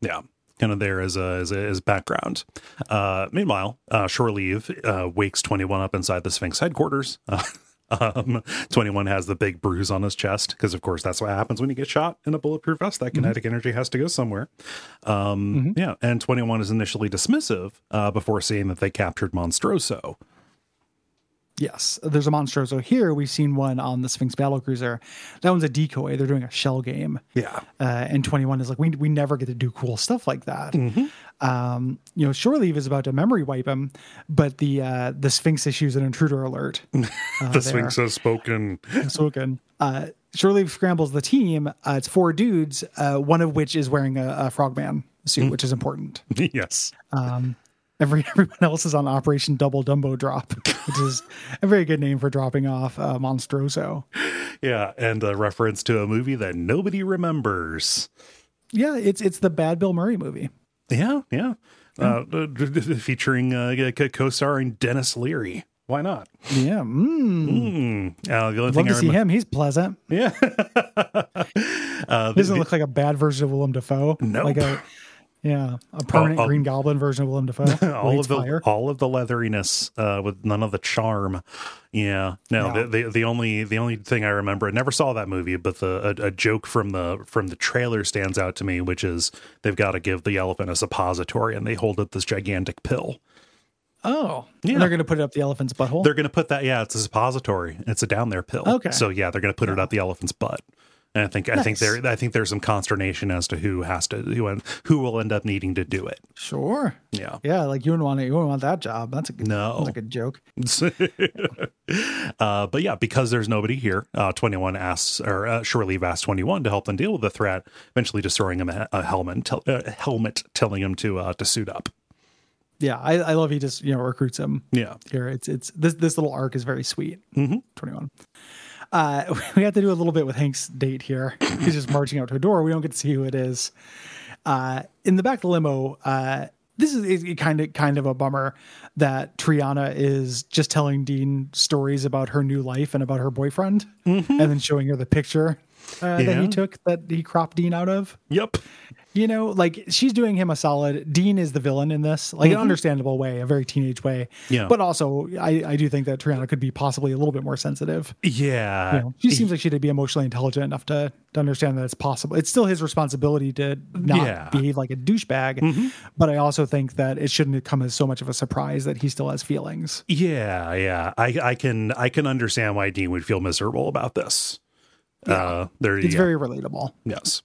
C: Yeah. Kind of there as a as, a, as background. Uh, meanwhile, uh, Shore Leave uh, wakes Twenty One up inside the Sphinx headquarters. um, Twenty One has the big bruise on his chest because, of course, that's what happens when you get shot in a bulletproof vest. That kinetic
B: Mm-hmm.
C: energy has to go somewhere. Um, Yeah, and Twenty One is initially dismissive uh, before seeing that they captured Monstroso.
B: Yes, there's a Monstroso here. We've seen one on the Sphinx battle cruiser. That one's a decoy. They're doing a shell game.
C: Yeah.
B: Uh, and 21 is like, we, we never get to do cool stuff like that. Um, you know, Shore Leave is about to memory wipe him, but the uh, the Sphinx issues an intruder alert.
C: the Sphinx has spoken.
B: so good. Uh, Shore Leave scrambles the team. Uh, it's four dudes, uh, one of which is wearing a, a frogman suit, which is important. Um,
C: yes.
B: Every, everyone else is on Operation Double Dumbo Drop, which is a very good name for dropping off uh, Monstroso.
C: Yeah. And a reference to a movie that nobody remembers.
B: Yeah, it's it's the bad Bill Murray movie.
C: Yeah. Yeah. Uh, d- d- d- featuring uh, g- c- co-starring Dennis Leary. Why not?
B: Yeah, mm.
C: Hmm. Uh, the only
B: love
C: thing
B: to
C: I
B: see
C: remember.
B: him. He's pleasant.
C: Yeah. uh, the-
B: Doesn't look like a bad version of Willem Dafoe.
C: Nope.
B: like a yeah, a permanent
C: oh.
B: Green Goblin version of Willem Dafoe.
C: all of the
B: fire.
C: all of the leatheriness uh, with none of the charm. Yeah, no.
B: Yeah.
C: The, the the only the only thing I remember, I never saw that movie, but the a, a joke from the from the trailer stands out to me, which is they've got to give the elephant a suppository, and they hold up this gigantic pill.
B: Oh,
C: Yeah.
B: and they're gonna put it up the elephant's butthole.
C: They're going to put that. Yeah, it's a suppository. It's a down there pill.
B: Okay.
C: So yeah, they're going to put it up the elephant's butt. And I think I
B: Nice.
C: think there I think there's some consternation as to who has to who who will end up needing to do it.
B: sure.
C: Yeah.
B: Yeah, like you wouldn't want to, you wouldn't want that job. That's a good,
C: No.
B: that's a good joke.
C: uh, but yeah, because there's nobody here, uh, 21 asks, or uh, Shore Leave asks 21 to help them deal with the threat, eventually destroying him a, a helmet, tell uh, helmet, telling him to uh, to suit up.
B: Yeah, I, I love he just you know recruits him.
C: Yeah.
B: here. It's it's this this little arc is very sweet. Twenty one. Uh, we have to do a little bit with Hank's date here. He's just marching out to a door. We don't get to see who it is. Uh, in the back of the limo, uh, this is kind of kind of a bummer that Triana is just telling Dean stories about her new life and about her boyfriend, and then showing her the picture uh, that
C: Yeah.
B: he took that he cropped Dean out of.
C: Yep.
B: you know, like she's doing him a solid. Dean is the villain in this, like an understandable way, a very teenage way.
C: Mm-hmm. Yeah.
B: But also, I, I do think that Triana could be possibly a little bit more sensitive.
C: Yeah.
B: You know, she seems like she'd be emotionally intelligent enough to, to understand that it's possible. It's still his responsibility to not
C: Yeah. Mm-hmm.
B: behave like a douchebag. But I also think that it shouldn't come as so much of a surprise that he still has feelings.
C: Yeah, yeah. I, I can I can understand why Dean would feel miserable about this. Uh there
B: It's
C: yeah,
B: very relatable.
C: yes.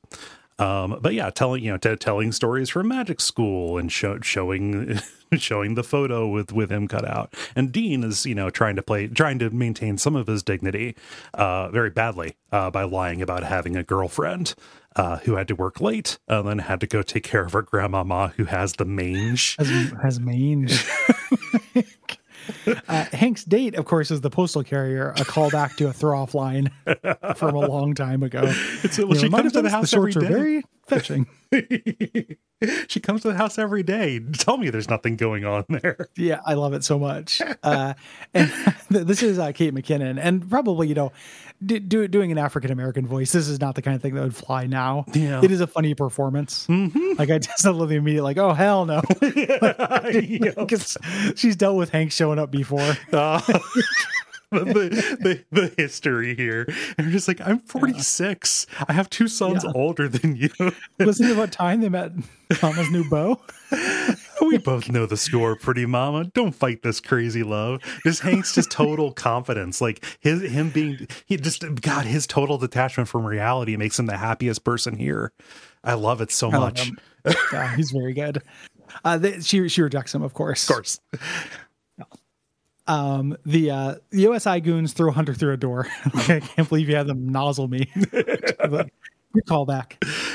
C: Um but yeah, telling you know t- telling stories from magic school and show, showing showing the photo with with him cut out. And Dean is, you know, trying to play trying to maintain some of his dignity uh very badly uh by lying about having a girlfriend. Uh, who had to work late and then had to go take care of her grandmama who has the mange.
B: Has, has mange. uh, Hank's date, of course, is the postal carrier, a callback to a throw off line from a long time ago.
C: It's, well,
B: You know,
C: she
B: might
C: comes
B: have
C: to the
B: noticed
C: house every
B: shorts
C: day.
B: are very fetching.
C: she comes to the house every day. Tell me there's nothing going on there.
B: Yeah, I love it so much. Uh, and th- this is uh, Kate McKinnon, and probably you know, d- do, doing an African American voice. This is not the kind of thing that would fly now.
C: Yeah. Mm-hmm.
B: It is a funny performance. Like I just love the immediate like, oh hell no,
C: Yep.
B: 'Cause she's dealt with Hank showing up before.
C: Uh, the, the, the history here. And you're just like, I'm 46. I have two sons
B: Yeah.
C: older than you.
B: Listen to what time they met Mama's new beau.
C: we both know the score, pretty mama. Don't fight this crazy love. Just Hank's just total confidence. Like his him being he just God, his total detachment from reality makes him the happiest person here. I love it so
B: love
C: much.
B: him. Yeah, he's very good. Uh, they, she she rejects him, of course.
C: Of course.
B: Um, the uh, the OSI goons throw Hunter through a door. like, I can't believe you had them nozzle me. Like, Good callback.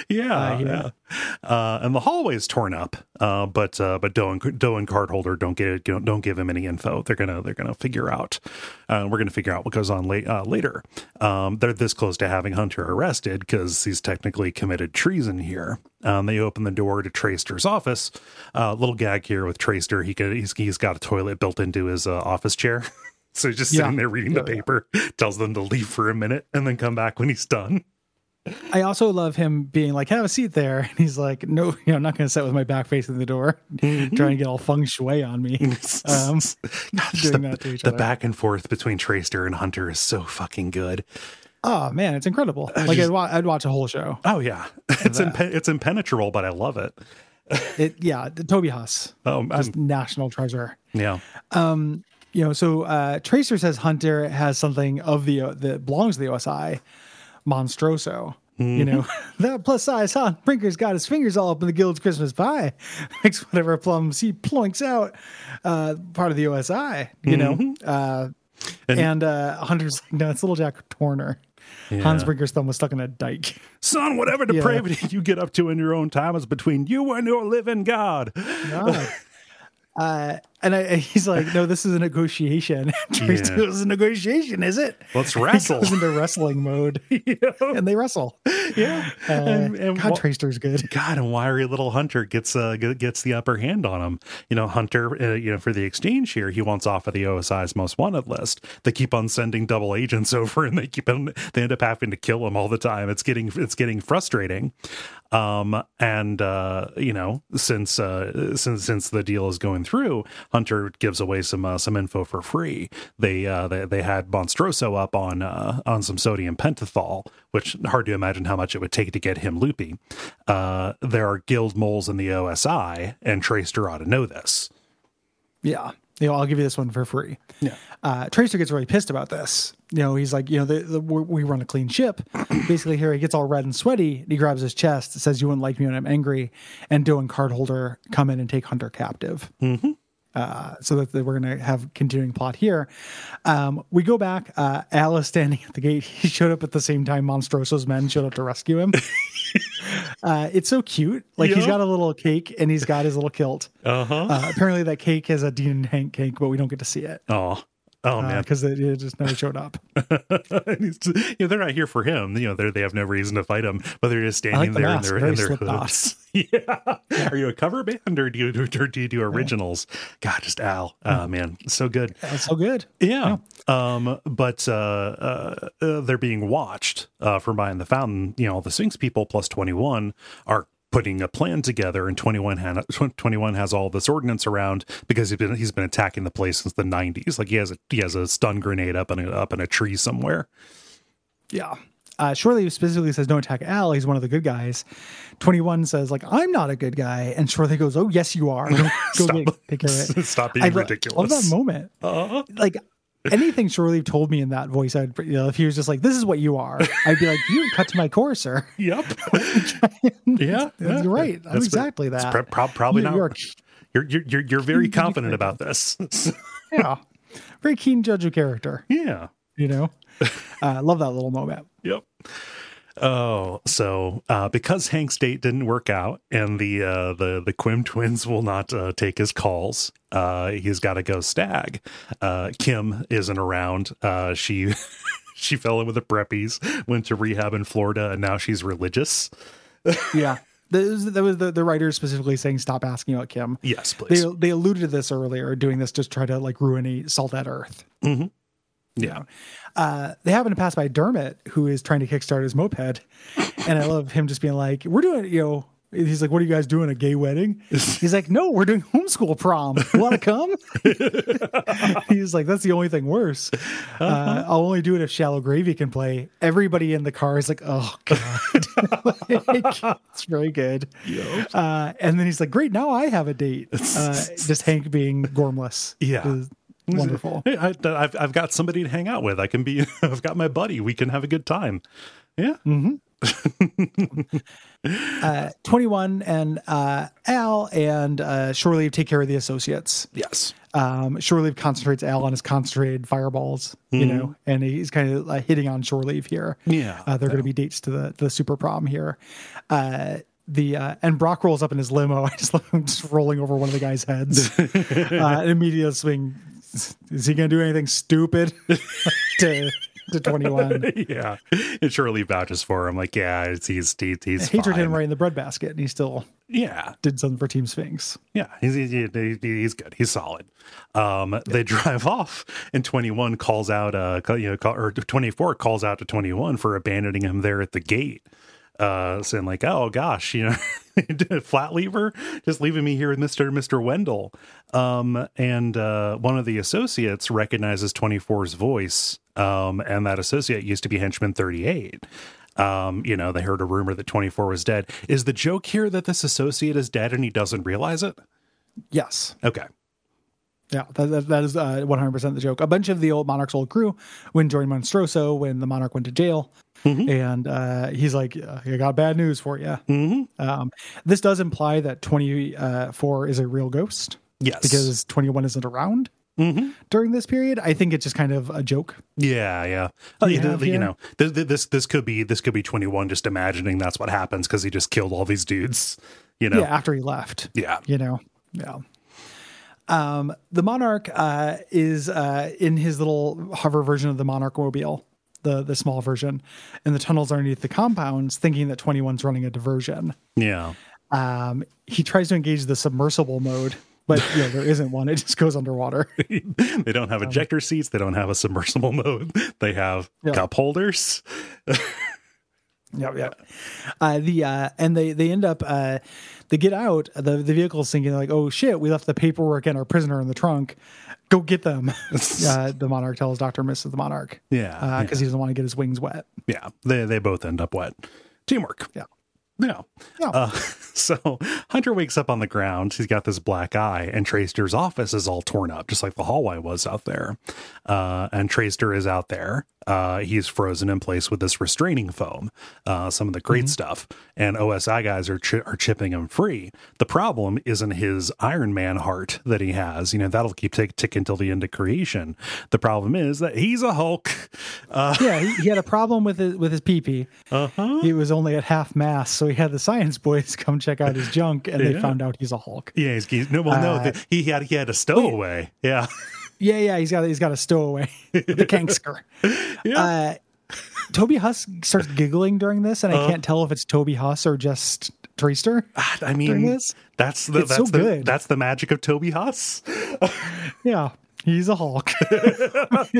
C: yeah,
B: Uh, yeah.
C: yeah. Uh, and the hallway is torn up, uh, but uh, but Doe and Doe and Cardholder don't get don't, don't give him any info. They're gonna they're gonna figure out. Uh, we're gonna figure out what goes on late, uh, later. Um, they're this close to having Hunter arrested because he's technically committed treason here. Um, they open the door to Traster's office. Uh, little gag here with Traster. He could, he's, he's got a toilet built into his uh, office chair. So he's just
B: Yeah.
C: sitting there reading the
B: Yeah, yeah.
C: paper, tells them to leave for a minute and then come back when he's done.
B: I also love him being like, "Have a seat there," and he's like, "No, you know, I'm not going to sit with my back facing the door, trying to get all feng shui on
C: Mm-hmm.
B: me." Um,
C: God, just
B: doing
C: the,
B: that to each
C: the
B: other.
C: back and forth between Tracer and Hunter is so fucking good.
B: oh man, it's incredible. Like I'd, wa- I'd watch a whole show.
C: Oh yeah, it's impe- it's impenetrable, but I love it.
B: It, yeah, Toby Huss,
C: Um, I'm-
B: just national treasure.
C: yeah,
B: you know, so uh, Tracer says Hunter has something of the uh, that belongs to the OSI, Monstroso. You know, that plus size, huh? Brinker's got his fingers all up in the guild's Christmas pie. Makes whatever plum he plunks out, uh, part of the OSI. You know, uh,
C: And-
B: and, uh, Hunter's like, no, it's little Jack Torner. Hans Brinker's thumb was stuck in a dike.
C: son, whatever depravity you get up to in your own time is between you and your living God.
B: God. Uh, and I, and he's like, no, this is a negotiation. Tracer
C: Yeah.
B: goes, "It's a negotiation, is it?
C: Let's
B: He
C: wrestle.
B: goes into wrestling mode. and they wrestle.
C: Yeah,
B: Uh,
C: and, and
B: God,
C: wa-
B: Tracer's good.
C: God, and wiry little Hunter gets uh, g- gets the upper hand on him. You know, Hunter, uh, you know, for the exchange here, he wants off of the OSI's most wanted list. They keep on sending double agents over, and they keep on, they end up having to kill him all the time. It's getting it's getting frustrating. Um, and uh, you know, since uh, since since the deal is going through, Hunter gives away some uh, some info for free. They uh, they, they had Monstroso up on uh, on some sodium pentothal, which hard to imagine how much it would take to get him loopy. Uh, there are guild moles in the OSI, and Tracer ought to know this.
B: Yeah. You know, I'll give you this one for free.
C: Yeah.
B: Uh, Tracer gets really pissed about this. You know, he's like, you know, the, the, we we run a clean ship. Basically, here he gets all red and sweaty. And he grabs his chest, says, "You wouldn't like me when I'm angry." And Doe and Cardholder come in and take Hunter captive.
C: Mm-hmm.
B: Uh, so that, that we're going to have continuing plot here. Um, we go back. Uh, Al is standing at the gate. He showed up at the same time Monstroso's men showed up to rescue him. uh, it's so cute. Like he's
C: Yeah.
B: got a little cake and he's got his little kilt.
C: Uh-huh.
B: Uh, apparently, that cake is a Dean and Hank cake, but we don't get to see it uh,
C: Oh, oh man,
B: because it, it just never showed up.
C: He's- you know, they're not here for him. You know, they they have no reason to fight him, but they're just standing
B: the
C: there
B: mask,
C: in their, in
B: very
C: their
B: slipped
C: hoods. yeah. Are you a cover band or do you do, do, do you do originals? God, just Al. Oh man, so good.
B: That's so good.
C: Yeah. Um, but uh, uh, uh, they're being watched uh, from behind the fountain. You know, all the Sphinx people plus 21 are putting a plan together, and 21, had, 21 has all this ordnance around because he's been he's been attacking the place since the 90s. Like he has a he has a stun grenade up in a, up in a tree somewhere.
B: Yeah. Uh, Shorley specifically says, don't attack Al. He's one of the good guys. 21 says, like, I'm not a good guy. And Shorley goes, oh, yes, you are. Go, go make- take care of it.
C: Stop being
B: I lo-
C: ridiculous.
B: love that moment.
C: Uh,
B: Like, anything Shorley told me in that voice, I'd, you know, if he was just like, this is what you are, I'd be like, you cut to my core, sir.
C: yep. yeah, yeah.
B: You're right. I'm
C: That's-
B: exactly
C: that's
B: that.
C: prob- prob- probably
B: You-
C: not.
B: you're a
C: You're, you're, you're, you're, very confident about this.
B: yeah. Very keen judge of character,
C: yeah.
B: you know? Uh, love that little moment.
C: Yep. Oh, so uh, because Hank's date didn't work out, and the uh, the the Quim twins will not uh, take his calls, uh, he's got to go stag. Uh, Kim isn't around. Uh, she she fell in with the preppies, went to rehab in Florida, and now she's religious.
B: Yeah. That was, that was the, the writer specifically saying, stop asking about Kim.
C: Yes, please.
B: They, they alluded to this earlier, doing this just to try to like ruin a salt at earth.
C: Mm-hmm. yeah.
B: Uh, they happen to pass by Dermot, who is trying to kickstart his moped. And I love him just being like, we're doing, you know, he's like, what are you guys doing? A gay wedding? He's like, no, we're doing homeschool prom. Want to come? he's like, that's the only thing worse. Uh, I'll only do it if Shallow Gravy can play. Everybody in the car is like, oh, God. Like, it's very good. Uh, and then he's like, great, now I have a date. Uh, just Hank being gormless.
C: Yeah.
B: is Wonderful.
C: Hey, I, have I've got somebody to hang out with. I can be. I've got my buddy. We can have a good time. Yeah.
B: Mm. uh, 21 and uh, Al and uh, Shore Leave take care of the associates.
C: Yes.
B: Um, Shore Leave concentrates Al on his concentrated fireballs, you know, and he's kind of uh, hitting on Shore Leave here.
C: Hmm. Yeah.
B: Uh, they're going to be dates to the, to the super prom here. Uh, the uh, and Brock rolls up in his limo. I just love him just rolling over one of the guy's heads. uh, and immediately swing. Is he going to do anything stupid to to twenty one?
C: yeah. And Shirley vouches for him. Like, yeah, it's, he's he's he's
B: Hatred hit
C: fine.
B: him right in the breadbasket, and he still
C: Yeah,
B: did something for Team Sphinx.
C: yeah, he's he's, he's- he's good. He's solid. Um, they drive off, and twenty one calls out. Uh, call- you know, call, or twenty four calls out to twenty one for abandoning him there at the gate. Uh, saying like, oh gosh, you know, flat lever, just leaving me here with Mister Mister Wendell. Um, and uh, one of the associates recognizes 24's voice. Um, and that associate used to be henchman thirty eight. Um, you know, they heard a rumor that 24 was dead. Is the joke here that this associate is dead and he doesn't realize it?
B: Yes.
C: Okay.
B: Yeah, that, that, that is uh, 100% the joke. A bunch of the old Monarch's old crew when joined Monstroso when the Monarch went to jail. And uh, he's like, uh, I got bad news for you. Um, this does imply that 24 is a real ghost
C: Yes.
B: because 21 isn't around
C: Mhm.
B: during this period. I think it's just kind of a joke.
C: yeah, yeah. Uh, you,
B: have
C: you
B: here?
C: know, this, this this could be this could be 21 just imagining that's what happens cuz he just killed all these dudes, you know.
B: Yeah, after he left.
C: Yeah.
B: you know yeah um the monarch uh is uh in his little hover version of the monarch mobile the the small version and the tunnels underneath the compounds thinking that 21's running a diversion
C: Yeah.
B: um he tries to engage the submersible mode but you know, there isn't one it just goes underwater
C: they don't have ejector seats, they don't have a submersible mode. They have
B: Yeah.
C: cup holders.
B: Yeah, yeah. Uh, the uh, and they they end up uh, they get out the the vehicle's thinking like oh shit we left the paperwork and our prisoner in the trunk go get them uh, the monarch tells Doctor Mrs. the Monarch
C: Yeah.
B: because uh, he doesn't want to get his wings wet
C: yeah. They they both end up wet. Teamwork.
B: yeah
C: Yeah.
B: yeah
C: Uh, so Hunter wakes up on the ground. He's got this black eye, and Traster's office is all torn up, just like the hallway was out there. Uh, and Traster is out there. Uh, he's frozen in place with this restraining foam, uh, some of the
B: Mm-hmm.
C: great stuff. And OSI guys are chi- are chipping him free. The problem isn't his Iron Man heart that he has. You know that'll keep tick- ticking till the end of creation. The problem is that he's a Hulk. Uh
B: yeah he, he had a problem with his with his pee pee
C: huh.
B: he was only at half mass so he had the science boys come check out his junk and they
C: Yeah.
B: found out he's a Hulk
C: Yeah, he's, he's no, well, no,
B: Uh,
C: the, he had he had a stowaway. Yeah.
B: Yeah, yeah, he's got he's got a stowaway, the Kanksker. Uh, Toby Huss starts giggling during this, and
C: Uh-huh.
B: I can't tell if it's Toby Huss or just Tracer.
C: God, I mean,
B: this?
C: that's
B: Ah,
C: the
B: It's
C: that's
B: so
C: the
B: good.
C: that's the magic of Toby Huss.
B: Yeah, he's a Hulk.
C: well, and like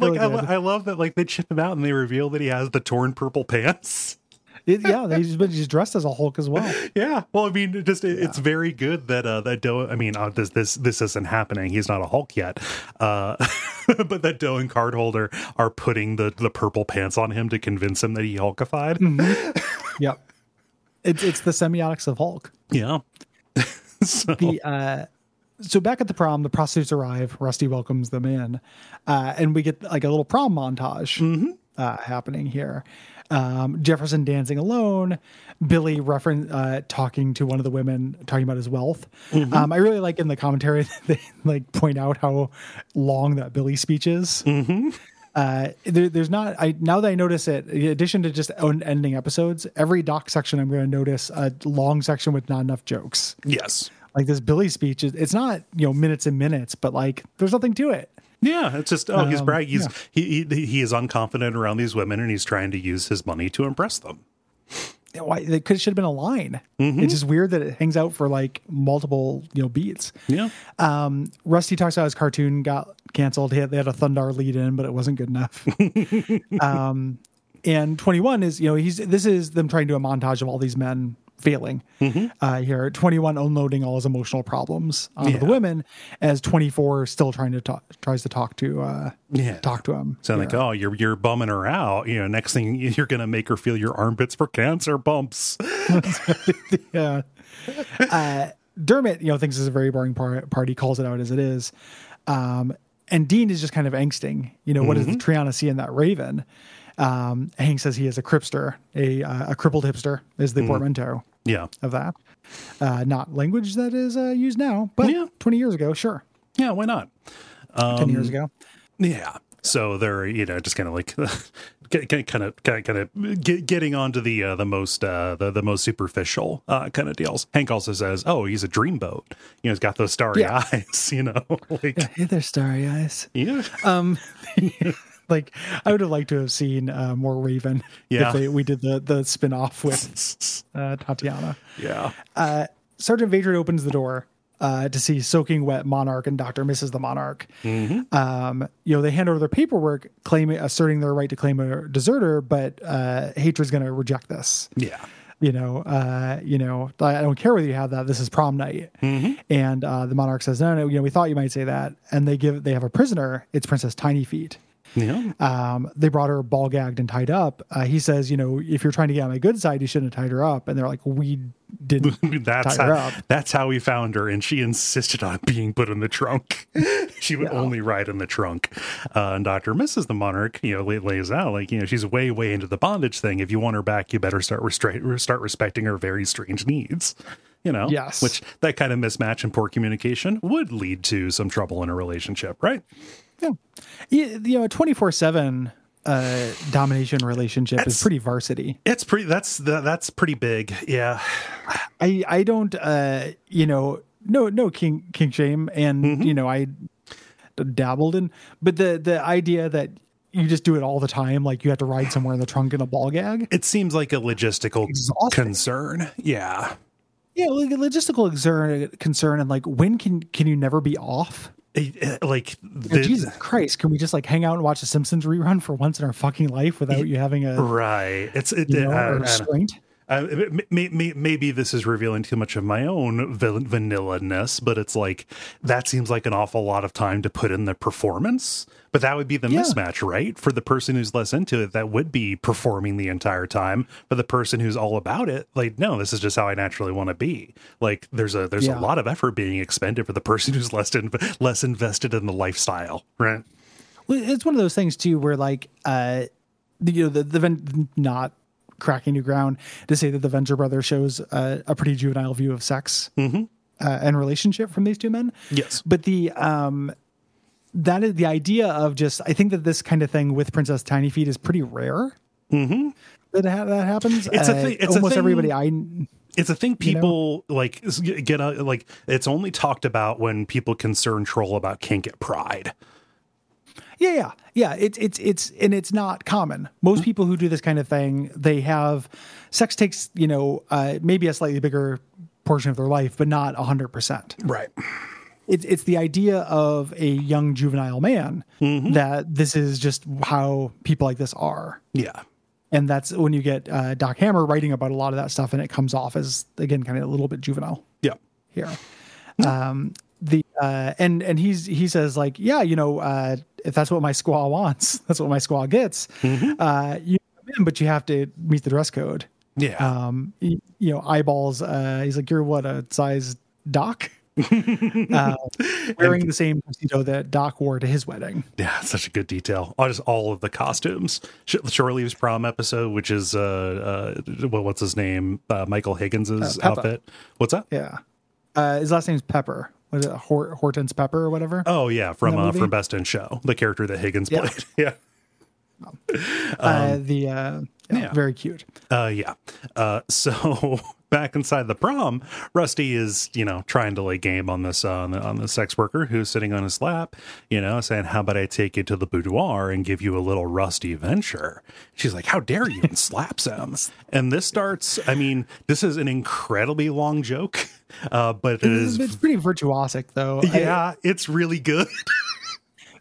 B: really
C: I, lo-
B: good.
C: I love that like they chip him out and they reveal that he has the torn purple pants.
B: It- yeah, he's, but he's dressed as a Hulk as well.
C: Yeah. Well, I mean, it just it, it's very good that uh that Doe. I mean, uh, this this this isn't happening. He's not a Hulk yet. Uh, but that Doe and Cardholder are putting the the purple pants on him to convince him that he Hulkified.
B: Mm-hmm. Yep. It's it's the semiotics of Hulk.
C: Yeah. so,
B: The uh so back at the prom, the prostitutes arrive. Rusty welcomes them in, uh, and we get like a little prom montage uh, happening here. Um, Jefferson dancing alone, Billy reference uh, talking to one of the women, talking about his wealth. Um, I really like in the commentary they like point out how long that Billy speech is. Uh, there, there's not. I now that I notice it, in addition to just un- ending episodes, every doc section I'm going to notice a long section with not enough jokes.
C: yes.
B: Like this Billy speech is. It's not you know minutes and minutes, but like there's nothing to it.
C: Yeah, it's just oh, he's
B: Um,
C: brag. He's he, he he is unconfident around these women, and he's trying to use his money to impress them.
B: Why it could should have been a line.
C: Mm-hmm.
B: It's just weird that it hangs out for like multiple you know beats.
C: Yeah,
B: Um, Rusty talks about his cartoon got canceled. He had, they had a Thundar lead in, but it wasn't good enough. um, and 21 is, you know, he's this is them trying to do a montage of all these men failing
C: Mm-hmm.
B: uh, here. 21 unloading all his emotional problems onto the
C: Yeah.
B: women, as 24 still trying to talk, tries to talk to uh,
C: Yeah.
B: talk to him.
C: so like, oh, you're you're bumming her out. You know, next thing you're gonna make her feel your armpits for cancer bumps.
B: yeah. Uh, Dermot, you know, thinks it's a very boring par- party, calls it out as it is. Um, and Dean is just kind of angsting, you know, what does the Triana see in that raven? Um, Hank says he is a cripster, a, uh, a crippled hipster is the portmanteau
C: Yeah,
B: of that. Uh, not language that is uh, used now, but
C: Yeah.
B: 20 years ago, sure.
C: yeah, why not?
B: 10 years ago.
C: Yeah. So they're you know just kind of like kind of kind of kind of get, getting onto the uh, the most uh, the the most superficial uh, kind of deals. Hank also says, "Oh, he's a dreamboat. You know, he's got those starry
B: Yeah.
C: eyes. You know, like
B: Hey there, starry eyes.
C: yeah,
B: Um, like I would have liked to have seen uh, more Raven
C: Yeah.
B: if they, we did the the spin off with uh, Tatiana.
C: yeah,
B: Uh, Sergeant Vadrid opens the door uh, to see soaking wet Monarch and Doctor Mrs. the Monarch. Um, you know, they hand over their paperwork, claiming asserting their right to claim a deserter, but uh, Hatred's going to reject this.
C: yeah."
B: You know, uh, you know, I I don't care whether you have that. This is prom night, and uh, the monarch says, "No, no, you know, we thought you might say that." And they give they have a prisoner. It's Princess Tiny Feet.
C: Yeah.
B: Um, they brought her ball gagged and tied up. Uh, he says, "You know, if you're trying to get on my good side, you shouldn't have tied her up." And they're like, "We didn't."
C: that's
B: Tie her
C: how,
B: up.
C: that's how we found her and she insisted on being put in the trunk she would only ride in the trunk uh, and dr mrs the monarch you know lay- lays out like you know she's way way into the bondage thing if you want her back you better start restra- start respecting her very strange needs you know
B: Yes.
C: which that kind of mismatch and poor communication would lead to some trouble in a relationship right
B: Yeah. You, you know, a 24 7 uh, domination relationship is pretty varsity.
C: it's pretty that's that, that's pretty big yeah
B: I, I don't, uh, you know, no, no king, king shame. And, you know, I dabbled in, but the, the idea that you just do it all the time, like you have to ride somewhere in the trunk in a ball gag.
C: it seems like a logistical
B: Exhausting.
C: concern yeah
B: Yeah. Like a logistical exer- concern and like, when can, can you never be off?
C: It- it- like
B: Like,
C: the,
B: Jesus Christ. Can we just like hang out and watch a Simpsons rerun for once in our fucking life without you having a,
C: Right. It's it.
B: you know,
C: I-
B: a
C: I-
B: restraint?
C: I- m- m- m- maybe this is revealing too much of my own vil- vanilla ness, but it's like that seems like an awful lot of time to put in the performance. But that would be the
B: Yeah.
C: mismatch, right? For the person who's less into it, that would be performing the entire time. For the person who's all about it, like, no, this is just how I naturally want to be. Like, there's a there's
B: Yeah.
C: a lot of effort being expended for the person who's less in, less invested in the lifestyle, right?
B: Well, it's one of those things too, where like, uh, the- you know, the the Ven- not cracking new ground to say that the Venture Brothers shows uh, a pretty juvenile view of sex uh, and relationship from these two men.
C: Mm-hmm. Yes.
B: but the um, that is the idea of just I think that this kind of thing with Princess Tiny Feet is pretty rare. Mm-hmm. That ha- that happens. Uh,
C: It's a thing- it's a
B: almost
C: thing-
B: everybody I
C: it's a thing
B: know?
C: people like s- get get a, like it's only talked about when people concern troll about kink at pride
B: Yeah, yeah, yeah. It's it's it's and it's not common. Most people who do this kind of thing, they have sex takes you know uh, maybe a slightly bigger portion of their life, but not hundred percent.
C: right
B: It's it's the idea of a young juvenile man that this is just how people like this are.
C: yeah
B: and that's when you get uh, Doc Hammer writing about a lot of that stuff, and it comes off as again kind of a little bit juvenile
C: Yeah.
B: here. Um, the uh, and and he's he says like, yeah, you know, uh, if that's what my squaw wants, that's what my squaw gets.
C: Mm-hmm.
B: Uh, you come in, but you have to meet the dress code.
C: Yeah.
B: Um, y- you know, eyeballs. Uh, he's like, you're what a size Doc. uh, wearing the same tuxedo that Doc wore to his wedding.
C: Yeah, such a good detail. All, just all of the costumes. Sh- Shore Leaves Prom episode, which is uh, uh well, what's his name? Uh, Michael Higgins's
B: Peppa.
C: outfit. What's that?
B: Yeah. Uh, his last name's Pepper. Was it Hor- Hortense Pepper or whatever?
C: Oh yeah, from
B: that
C: uh,
B: movie?
C: from Best in Show, the character that Higgins
B: Yeah.
C: played. yeah.
B: uh, the uh, yeah,
C: um, yeah.
B: very cute.
C: Uh, yeah. Uh, so back inside the prom, Rusty is you know trying to lay game on this uh, on, the, on the sex worker who's sitting on his lap, you know, saying, "How about I take you to the boudoir and give you a little rusty venture?" She's like, "How dare you?" and slaps him. And this starts. I mean, this is an incredibly long joke, uh, but
B: It's,
C: it is.
B: it's pretty virtuosic though. I-
C: Yeah, it's really good.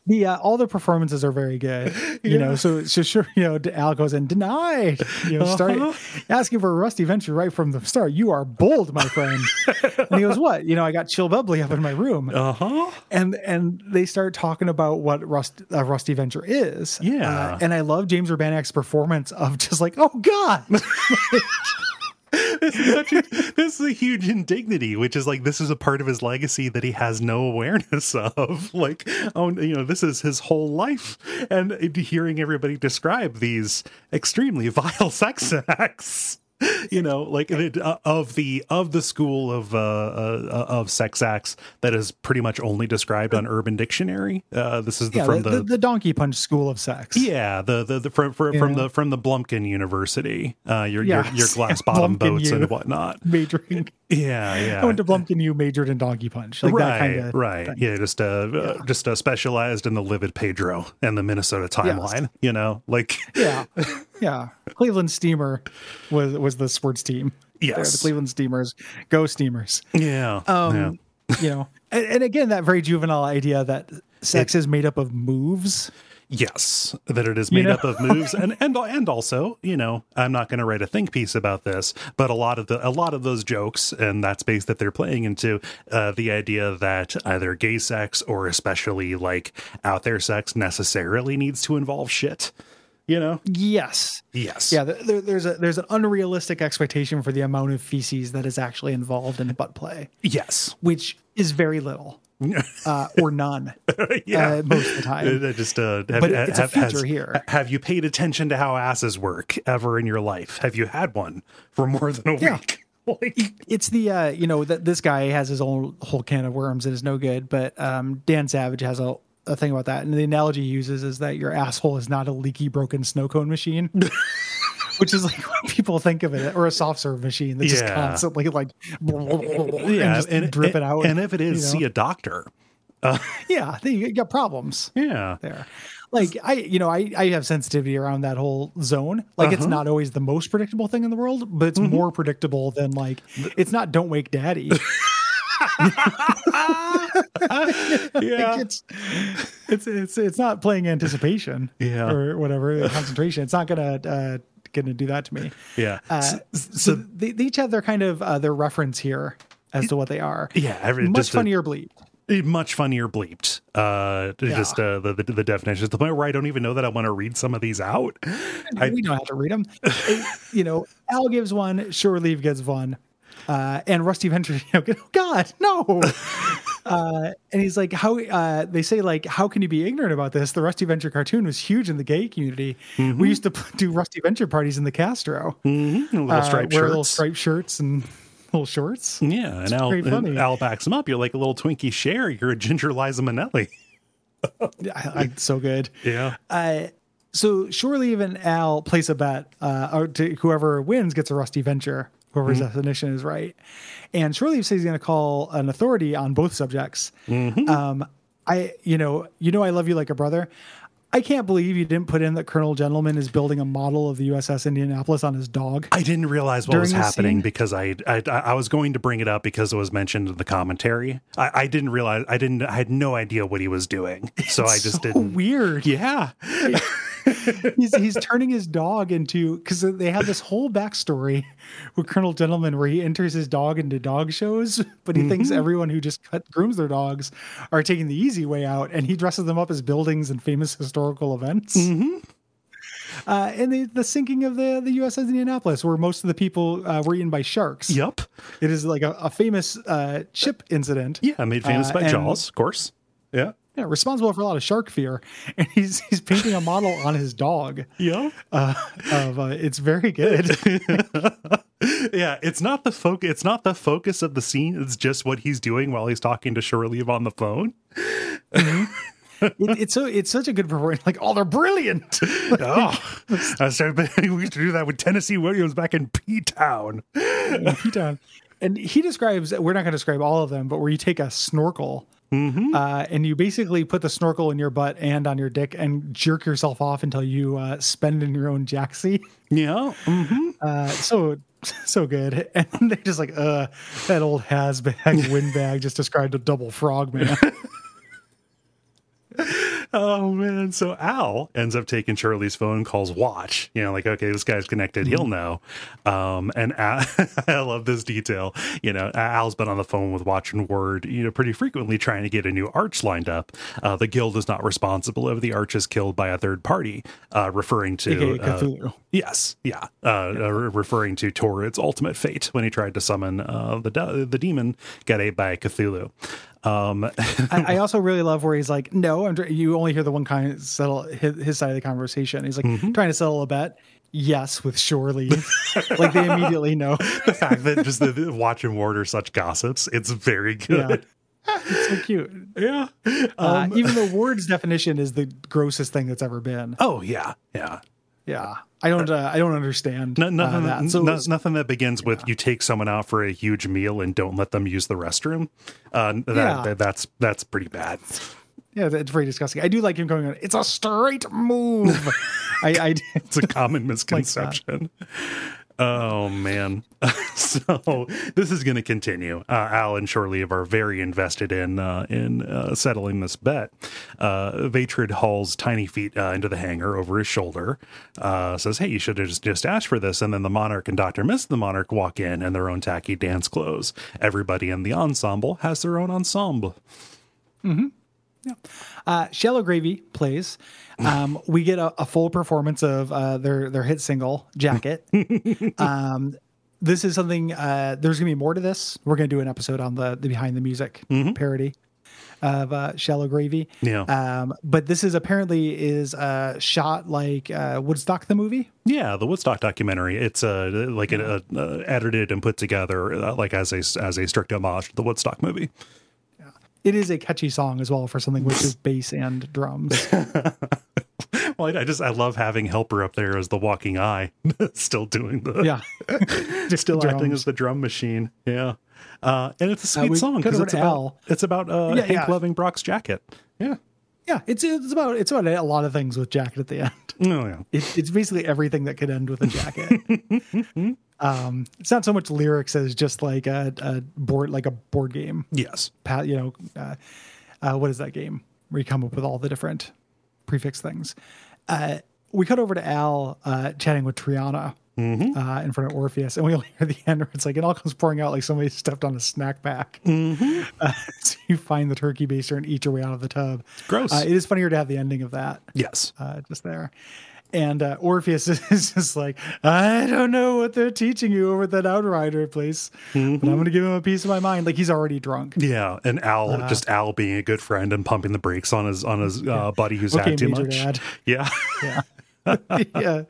B: the uh, all the performances are very good. You know, so so sure. You know, Al goes and denied. You know, start
C: Uh-huh.
B: asking for a rusty venture right from the start. You are bold, my friend. and he goes, "What? You know, I got chill bubbly up in my room."
C: Uh huh.
B: and and they start talking about what Rust uh, Rusty Venture is.
C: Yeah.
B: Uh, and I love James Urbanak's performance of just like, oh god,
C: such a, this is a huge indignity, which is like this is a part of his legacy that he has no awareness of. Like, oh, you know, this is his whole life, and hearing everybody describe these extremely vile sex acts. You know, like it, uh, of the of the school of uh, uh, of sex acts that is pretty much only described on Urban Dictionary. Uh, this is the,
B: yeah,
C: from
B: the,
C: the,
B: the, donkey punch school of sex.
C: yeah the the, the from from, from
B: Yeah.
C: the from the Blumpkin University. Uh, your
B: Yes.
C: your, your glass bottom
B: Blumpkin
C: boats
B: U.
C: and whatnot.
B: Majoring,
C: Yeah, yeah.
B: I went to Blumpkin U, majored in Donkey Punch, like
C: right,
B: that kind of
C: right.
B: thing.
C: Yeah, just uh, uh just uh, specialized in the livid Pedro and the Minnesota timeline. You know, like
B: yeah, yeah. Cleveland Steamer was was the sports team. They're the
C: yes,
B: Cleveland Steamers, go Steamers.
C: yeah, yeah.
B: Um, you know, and, and again, that very juvenile idea that sex is made up of moves.
C: yes. That it is made
B: know?
C: up of moves, and and and also, you know, I'm not going to write a think piece about this, but a lot of the a lot of those jokes and that space that they're playing into, uh, the idea that either gay sex or especially like out there sex necessarily needs to involve shit. You know,
B: Yes,
C: yes,
B: Yeah, th- there, there's a there's an unrealistic expectation for the amount of feces that is actually involved in butt play,
C: yes,
B: which is very little uh, or none
C: yeah.
B: uh, most of the
C: Uh,
B: time.
C: that just uh, have,
B: But it's a
C: have-
B: feature here.
C: Have you paid attention to how asses work ever in your life? Have you had one for more than a
B: Yeah.
C: week? like,
B: It's the uh, you know that this guy has his own whole can of worms and is no good, but um, Dan Savage has a a thing about that, and the analogy he uses is that your asshole is not a leaky broken snow cone machine. Which is like what people think of it, or a soft serve machine that's just
C: Yeah.
B: constantly like,
C: yeah,
B: and just drip it out.
C: And if it is,
B: you know?
C: see a doctor.
B: yeah, then you got problems.
C: Yeah,
B: there. Like I, you know, I I have sensitivity around that whole zone. Like
C: Uh-huh.
B: it's not always the most predictable thing in the world, but
C: Mm-hmm.
B: it's more predictable than like it's not don't wake daddy.
C: yeah,
B: it's it's it's it's not playing anticipation
C: Yeah.
B: or whatever the concentration. It's not gonna uh gonna do that to me.
C: yeah.
B: Uh,
C: S-
B: so they, they each have their kind of uh, their reference here as to what they are.
C: yeah, every,
B: Much
C: just a-
B: funnier bleep.
C: it- much funnier bleeped. Uh, Just uh, the, the the definitions. The point where I don't even know that I want to read some of these out. I-
B: we don't have to read them. you know, Al gives one, Sure Leave gives one, uh, and Rusty Venture, you know, oh God, no. uh, and he's like, how, uh, they say, like, how can you be ignorant about this? The Rusty Venture cartoon was huge in the gay community.
C: Mm-hmm.
B: We used to p- do Rusty Venture parties in the Castro,
C: Little
B: uh,
C: Mm, striped
B: wear
C: shirts.
B: little striped shirts and little shorts.
C: yeah, and Al,
B: pretty funny.
C: and Al backs him up. You're like a little Twinkie share. You're a Ginger Liza Minnelli.
B: I, I, so good.
C: Yeah.
B: Uh, so Shore Leave and Al place a bet. Uh, out to whoever wins gets a rusty venture. Whoever's definition is right, and Shore Leave says he's going to call an authority on both subjects. Um, I, you know, you know, I love you like a brother. I can't believe you didn't put in that Colonel Gentleman is building a model of the USS Indianapolis on his dog.
C: I didn't realize what was
B: During the
C: happening
B: scene?
C: because I, I I was going to bring it up because it was mentioned in the commentary. I, I didn't realize I didn't I had no idea what he was doing, so I just
B: So
C: didn't.
B: weird.
C: Yeah,
B: he's he's turning his dog into because they have this whole backstory with Colonel Gentleman where he enters his dog into dog shows, but he thinks
C: Mm-hmm.
B: everyone who just cut, grooms their dogs are taking the easy way out, and he dresses them up as buildings and famous historical events.
C: Mm-hmm.
B: Uh, and the, the sinking of the the USS Indianapolis, where most of the people uh, were eaten by sharks.
C: Yep.
B: It is like a, a famous uh, ship incident.
C: Yeah, made famous
B: Uh,
C: by
B: and-
C: Jaws, of course. Yeah.
B: Yeah, responsible for a lot of shark fear, and he's he's painting a model on his dog.
C: Yeah.
B: Uh, of uh, it's very good.
C: yeah, it's not the foc It's not the focus of the scene. It's just what he's doing while he's talking to Shirley on the phone.
B: It, it's so it's such a good performance. Like, oh, they're brilliant.
C: oh, I started. We used to do that with Tennessee Williams back in P Town.
B: He done- and he describes. We're not going to describe all of them, but where you take a snorkel. Uh, and you basically put the snorkel in your butt and on your dick and jerk yourself off until you uh, spend in your own jacksie.
C: Yeah. mhm.
B: Uh, so so good. And they just like, uh, that old hasbag windbag just described a double frog man.
C: Oh man. So Al ends up taking Shirley's phone, calls Watch. You know, like okay, this guy's connected. He'll know.
B: Mm-hmm.
C: Um, and Al, I love this detail. You know, Al's been on the phone with Watch and Word. You know, pretty frequently trying to get a new arch lined up. Uh, the guild is not responsible if the arch is killed by a third party, uh, referring to
B: AKA
C: uh,
B: Cthulhu.
C: Yes, yeah, uh, uh, re- referring to Torrid's ultimate fate when he tried to summon uh, the de- the demon Gade by Cthulhu. Um,
B: I, I also really love where he's like, "No, I'm." Tr- you only hear the one kind of settle his, his side of the conversation. He's like
C: Mm-hmm.
B: trying to settle a bet. Yes, with Shorely. like they immediately know.
C: the fact that just the, the Watch and Ward are such gossips, it's very good.
B: It's so cute.
C: Yeah.
B: Uh,
C: Um,
B: even the word's definition is the grossest thing that's ever been.
C: oh yeah, yeah.
B: Yeah, I don't. Uh, I don't understand
C: No,
B: uh,
C: nothing,
B: that. So
C: no-
B: it's-
C: nothing that begins with you take someone out for a huge meal and don't let them use the restroom. Uh, that,
B: Yeah.
C: that- that's that's pretty bad.
B: yeah, it's very disgusting. I do like him going on. It's a straight move. I, I
C: It's a common misconception. oh man. so this is going to continue. Uh, Al and Shirley are very invested in uh, in uh, settling this bet. Uh, Vatrid hauls tiny feet uh, into the hangar over his shoulder. Uh, says, "Hey, you should have just, just asked for this." And then the monarch and Doctor Miss the monarch walk in in their own tacky dance clothes. Everybody in the ensemble has their own ensemble.
B: Uh, Shallow Gravy plays. Um, we get a, a full performance of uh, their their hit single "Jacket." um, this is something. Uh, there's gonna be more to this. We're gonna do an episode on the the behind the music parody of uh, Shallow Gravy.
C: Yeah.
B: Um, but this is apparently is uh, shot like uh, Woodstock the movie.
C: Yeah, the Woodstock documentary. It's uh, like uh, uh, edited and put together uh, like as a as a strict homage to the Woodstock movie.
B: It is a catchy song as well for something which is bass and drums.
C: Well, I, I just I love having Helper up there as the walking eye, still doing the
B: Yeah.
C: still acting
B: drums.
C: as the drum machine. Yeah, uh, and it's a sweet
B: we
C: song
B: could
C: because
B: have
C: it's
B: heard
C: about
B: Al.
C: it's about uh,
B: Yeah,
C: Hank
B: yeah.
C: loving Brock's jacket. Yeah.
B: Yeah, it's it's about it's about a lot of things with jacket at the end.
C: Oh yeah.
B: It, it's basically everything that could end with a jacket. um, it's not so much lyrics as just like a, a board, like a board game.
C: Yes.
B: Pat, you know, uh, uh, what is that game where you come up with all the different prefix things? Uh, we cut over to Al uh, chatting with Triana uh, in front of Orpheus, and we only hear the end where it's like it all comes pouring out like somebody stepped on a snack pack. Uh, so you find the turkey baster and eat your way out of the tub.
C: Gross.
B: Uh, it is funnier to have the ending of that
C: Yes.
B: uh, just there. And uh, Orpheus is just like, I don't know what they're teaching you over at that Outrider place, but I'm
C: Mm-hmm.
B: going to give him a piece of my mind. Like he's already drunk.
C: Yeah, and Al
B: Uh,
C: just Al being a good friend and pumping the brakes on his on his uh, buddy who's
B: Okay,
C: had too
B: Major
C: much.
B: Dad.
C: Yeah.
B: yeah.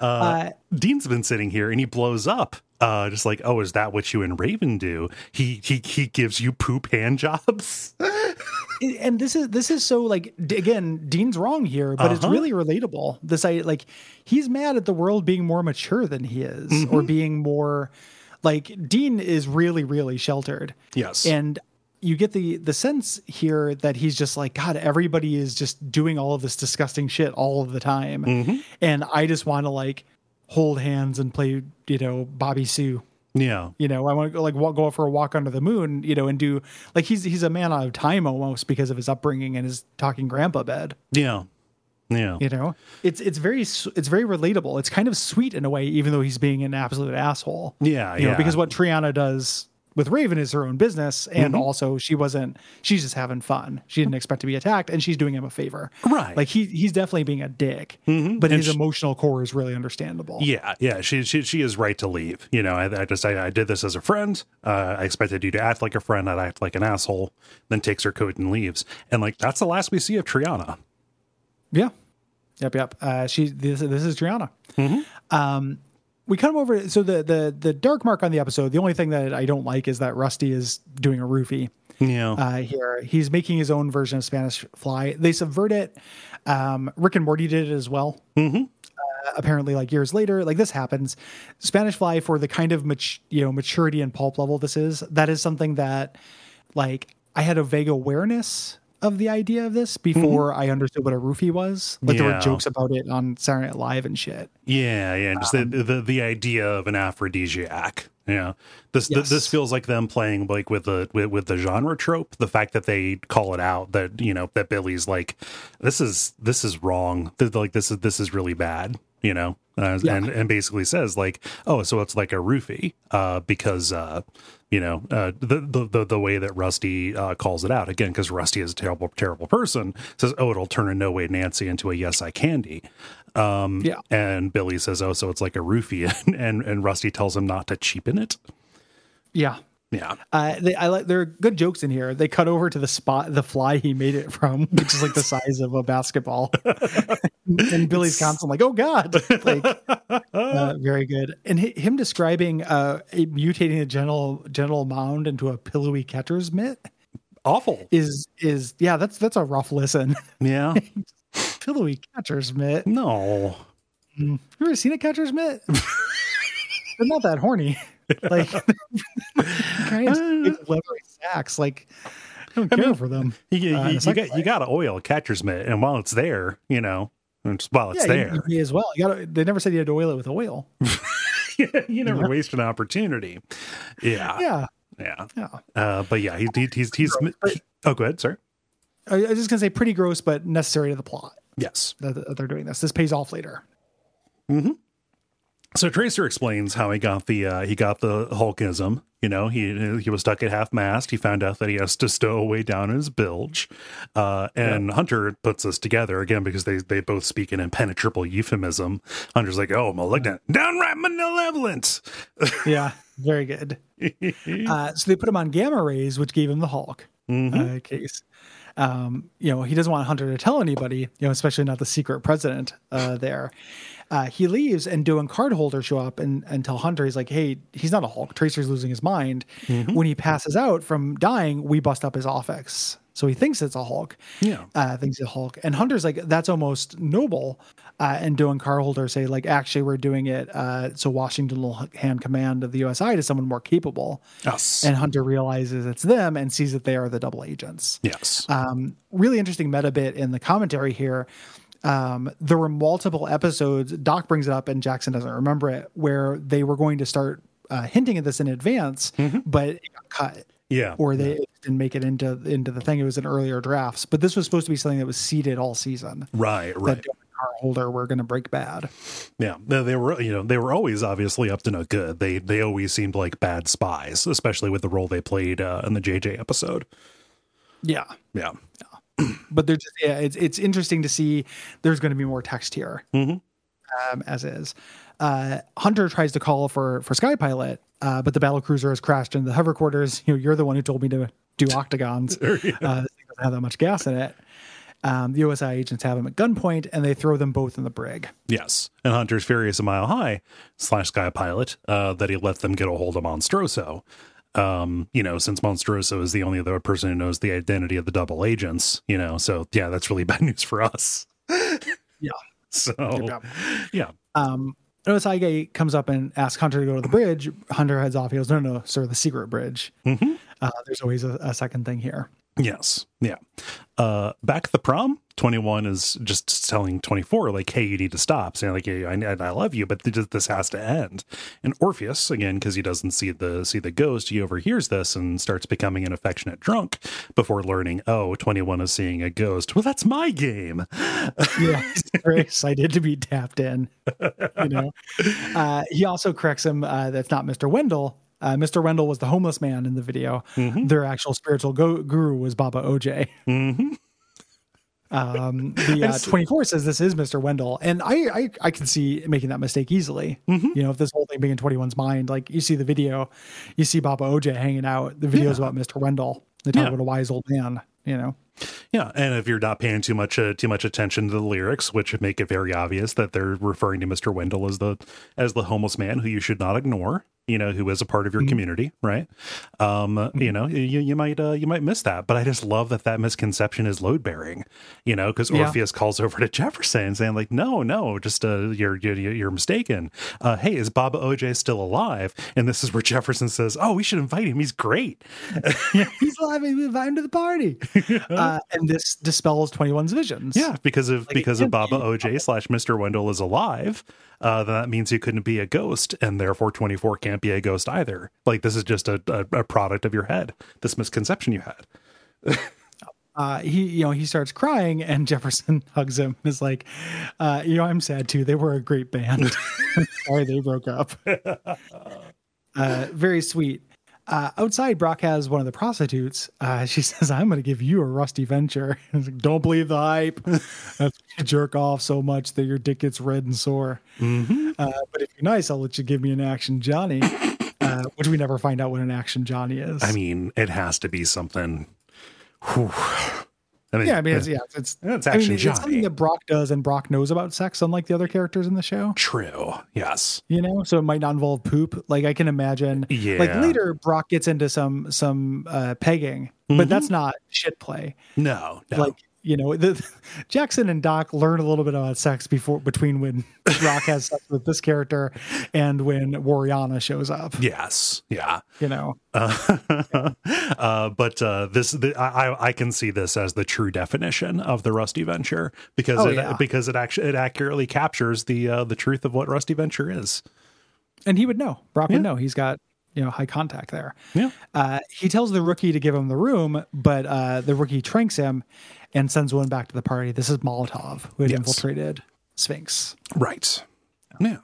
B: Uh,
C: Dean's been sitting here and he blows up. Uh, just like, oh, is that what you and Raven do? He he he gives you poop hand jobs.
B: it- and this is this is so like d- again, Dean's wrong here, but it's
C: Uh-huh.
B: really relatable. This I like he's mad at the world being more mature than he is, or
C: Mm-hmm.
B: being more like Dean is really really sheltered.
C: Yes.
B: and you get the the sense here that he's just like god everybody is just doing all of this disgusting shit all of the time and i just want to like hold hands and play you know bobby sue
C: yeah.
B: you know i want to go like wa- go for a walk under the moon you know and do like he's he's a man out of time almost because of his upbringing and his talking grandpa bed
C: Yeah. Yeah.
B: You know, it's it's very s- it's very relatable. It's kind of sweet in a way, even though he's being an absolute asshole.
C: Yeah,
B: you know,
C: yeah.
B: because what Triana does with Raven is her own business, and
C: Mm-hmm.
B: also she wasn't. She's just having fun. She didn't expect to be attacked, and she's doing him a favor.
C: Right. Mm-hmm.
B: Like he he's definitely being a dick, but his emotional core is really understandable.
C: Yeah, yeah, she she she is right to leave. You know, I, I just I, I did this as a friend. Uh, I expected you to act like a friend, not act like an asshole. Then takes her coat and leaves, and like that's the last we see of Triana.
B: Yeah. Yep. Yep. Uh, she. This. This is Triana. Um,
C: Mm-hmm.
B: we come over. So the the the dark mark on the episode. The only thing that I don't like is that Rusty is doing a roofie.
C: Yeah,
B: Uh, here he's making his own version of Spanish Fly. They subvert it. Um, Rick and Morty did it as well. Mm-hmm. Uh, apparently, like years later, like this happens. Spanish Fly for the kind of mat- you know maturity and pulp level this is. That is something that like I had a vague awareness of the idea of this before I understood what a roofie was. Like there
C: Yeah.
B: were jokes about it on Saturday Night Live and shit.
C: yeah, yeah. and Just
B: Um,
C: the, the the idea of an aphrodisiac. Yeah, this th-
B: Yes.
C: this feels like them playing like with the with, with the genre trope. The fact that they call it out that you know that Billy's like this is this is wrong. Th- Like this is this is really bad. You know, uh,
B: Yeah.
C: and and basically says like oh so it's like a roofie uh, because uh, you know uh, the, the the the way that Rusty uh, calls it out again because Rusty is a terrible terrible person says oh it'll turn a no way Nancy into a yes I candy. Um,
B: Yeah.
C: and Billy says, "Oh, so it's like a roofie," and and, and Rusty tells him not to cheapen it.
B: Yeah.
C: Yeah,
B: Uh, they, I like there are good jokes in here. They cut over to the spot, the fly he made it from, which is like the size of a basketball. and Billy's constant like, "Oh God!" Like, uh, very good. And hi- him describing uh, a- mutating a genital genital mound into a pillowy catcher's mitt
C: awful.
B: is is yeah, that's that's a rough listen.
C: Yeah,
B: pillowy catcher's mitt.
C: no.
B: You ever seen a catcher's mitt? They're not that horny. Like, kind of big leathery sacks. Like, I don't care for them.
C: You, you,
B: Uh,
C: you
B: it's like-
C: got you got to oil a catcher's mitt, and while it's there, you know, it's, while it's
B: yeah, you-
C: there,
B: You, may as well. You gotta, they never said you had to oil it with oil.
C: you, never waste an opportunity. Yeah, yeah.
B: Yeah, yeah.
C: Uh, but yeah, he, he, he's he's. he- oh, go ahead, sir.
B: I, I was just gonna say, pretty gross, but necessary to the plot
C: Yes.
B: that, that they're doing this. This pays off later.
C: So Tracer explains how he got the uh, he got the Hulkism. You know, he he was stuck at half mast. He found out that he has to stow away down his bilge, uh, and Hunter puts this together again because they they both speak an impenetrable euphemism. Hunter's like, "Oh, malignant, downright malevolent."
B: Yeah, very good. uh, so they put him on gamma rays, which gave him the Hulk uh, case. Um, you know, he doesn't want Hunter to tell anybody, you know, especially not the secret president uh, there. Uh, he leaves, and Doe and Cardholder show up and, and tell Hunter, he's like, hey, he's not a Hulk. Tracer's losing his mind. When he passes out from dying, we bust up his offix. So he thinks it's a Hulk.
C: Yeah.
B: Uh, thinks it's a Hulk. And Hunter's like, that's almost noble. Uh, and Doe and Carholder say, like, actually, we're doing it uh, so Washington will hand command of the USI to someone more capable.
C: Yes.
B: And Hunter realizes it's them and sees that they are the double agents.
C: yes.
B: Um, really interesting meta bit in the commentary here. Um, there were multiple episodes, Doc brings it up and Jackson doesn't remember it, where they were going to start uh, hinting at this in advance, but it got cut
C: Mm-hmm. yeah.
B: or they didn't make it into into the thing. It was in earlier drafts, but this was supposed to be something that was seeded all season.
C: right.
B: That
C: Right.
B: Dylan Carholder were going to break bad.
C: Yeah, they, they were you know they were always obviously up to no good. They they always seemed like bad spies, especially with the role they played uh, in the JJ episode.
B: Yeah,
C: Yeah,
B: but they're just yeah. It's it's interesting to see. There's going to be more text here,
C: Mhm.
B: um, as is. Uh, Hunter tries to call for for Sky Pilot, uh, but the battle cruiser has crashed into the hover quarters. You know, you're the one who told me to do octagons. uh, this thing doesn't have that much gas in it. Um, the OSI agents have him at gunpoint, and they throw them both in the brig.
C: Yes, and Hunter's furious a mile high slash Sky Pilot uh, that he let them get a hold of Monstroso. Um, you know, since Monstroso is the only other person who knows the identity of the double agents, you know, so yeah, that's really bad news for us.
B: Yeah.
C: So
B: job.
C: yeah,
B: Um, OSI guy comes up and asks Hunter to go to the
C: Mm-hmm.
B: bridge. Hunter heads off. He goes, "No, no, sir, the secret bridge. Uh, there's always a, a second thing here."
C: Yes. Yeah. Uh, back at the prom, 21 is just telling 24, like, hey, you need to stop. Saying, like, hey, I, I love you, but th- this has to end. And Orpheus, again, because he doesn't see the see the ghost, he overhears this and starts becoming an affectionate drunk before learning, oh, 21 is seeing a ghost. Well, that's my game.
B: yeah, he's very excited to be tapped in. You know, uh, he also corrects him uh, that's not Mr. Wendell. Uh, Mr. Wendell was the homeless man in the video. Their actual spiritual go- guru was Baba OJ. Um, the uh, 24 says this is Mr. Wendell, and I I, I can see making that mistake easily. You know, if this whole thing being in 21's mind, like you see the video, you see Baba OJ hanging out. The video's about Mr. Wendell. They talk
C: Yeah.
B: about a wise old man. You know,
C: Yeah, and if you're not paying too much uh, too much attention to the lyrics, which make it very obvious that they're referring to Mr. Wendell as the as the homeless man who you should not ignore, you know, who is a part of your community, right? Um, you know, you you might uh, you might miss that, but I just love that that misconception is load bearing, you know, because
B: Yeah.
C: Orpheus calls over to Jefferson saying like, no, no, just uh, you're you're you're mistaken. Uh, hey, is Baba OJ still alive? And this is where Jefferson says, oh, we should invite him. He's great.
B: he's alive. We invite him to the party. uh, and this dispels 21's visions.
C: Yeah, because of because of
B: can't
C: Baba OJ slash Mr. Wendell is alive, uh, then that means he couldn't be a ghost, and therefore twenty four can't be a ghost either. Like this is just a, a, a product of your head, this misconception you had.
B: uh, he you know he starts crying and Jefferson hugs him and is like, uh, you know I'm sad too. They were a great band. I'm Sorry they broke up. Uh, very sweet. Uh, outside, Brock has one of the prostitutes. Uh, she says, "I'm going to give you a rusty venture." He's like, Don't believe the hype. That's why you jerk off so much that your dick gets red and sore.
C: Mm-hmm.
B: Uh, but if you're nice, I'll let you give me an action Johnny, uh, which we never find out what an action Johnny is.
C: I mean, it has to be something. Whew. I mean,
B: Yeah, I mean, it's, yeah, it's
C: That's
B: I mean,
C: Action
B: it's
C: Johnny.
B: something that Brock does, and Brock knows about sex, unlike the other characters in the show.
C: true. Yes.
B: You know, so it might not involve poop. Like I can imagine. Like
C: Yeah.
B: later, Brock gets into some some uh, pegging, but
C: Mm-hmm.
B: that's not shit play.
C: No. No.
B: Like you know, the, Jackson and Doc learn a little bit about sex before between when Brock has sex with this character and when Wariana shows up.
C: yes. Yeah.
B: You know,
C: Uh, uh, but uh, this, the, I, I- I can see this as the true definition of the Rusty Venture because
B: Oh,
C: it,
B: yeah.
C: because it actually it accurately captures the uh, the truth of what Rusty Venture is.
B: and he would know. Brock would know. He's got you know high contact there.
C: Yeah,
B: Uh, he tells the rookie to give him the room, but uh, the rookie tranks him and sends one back to the party. This is Molotov, who had
C: Yes.
B: infiltrated Sphinx.
C: right. Yeah.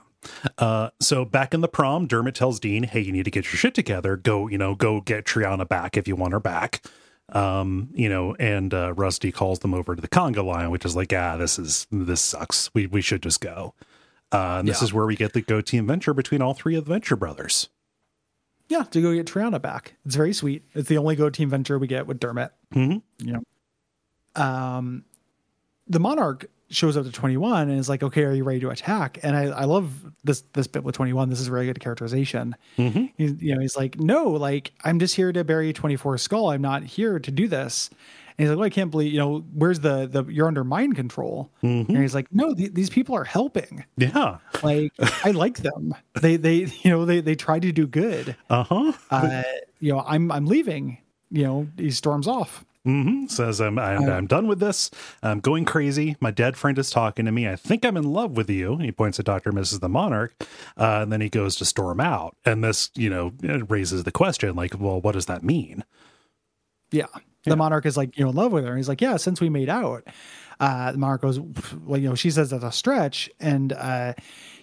C: Uh, so back in the prom, Dermot tells Dean, "Hey, you need to get your shit together. Go, you know, go get Triana back if you want her back." Um, you know, and uh, Rusty calls them over to the conga line, which is like, "Ah, this is this sucks. We we should just go." Uh, and this
B: Yeah.
C: is where we get the go team venture between all three of the Venture brothers.
B: Yeah, to go get Triana back. It's very sweet. It's the only Go Team venture we get with Dermot.
C: Mhm.
B: You know, um, the Monarch shows up to twenty one and is like, "Okay, are you ready to attack?" And I, I love this this bit with twenty one. This is really good characterization.
C: Mhm.
B: He's, you know, he's like, "No, like I'm just here to bury twenty four skull. I'm not here to do this." And he's like, "Well, I can't believe you know. Where's the the you're under mind control?" And he's like, "No, th- these people are helping.
C: Yeah.
B: Like I like them. They they you know they they try to do good."
C: Uh huh.
B: uh, you know, I'm I'm leaving. You know, he storms off.
C: hmm Says I'm I'm, I'm done with this. I'm going crazy. My dead friend is talking to me. I think I'm in love with you. He points at Doctor Mrs. the Monarch, uh, and then he goes to storm out. And this, you know, it raises the question like, well, what does that mean?
B: Yeah. The monarch is like, you know, in love with her. And he's like, yeah, since we made out. Uh, the monarch goes, well, you know, she says that's a stretch. And uh,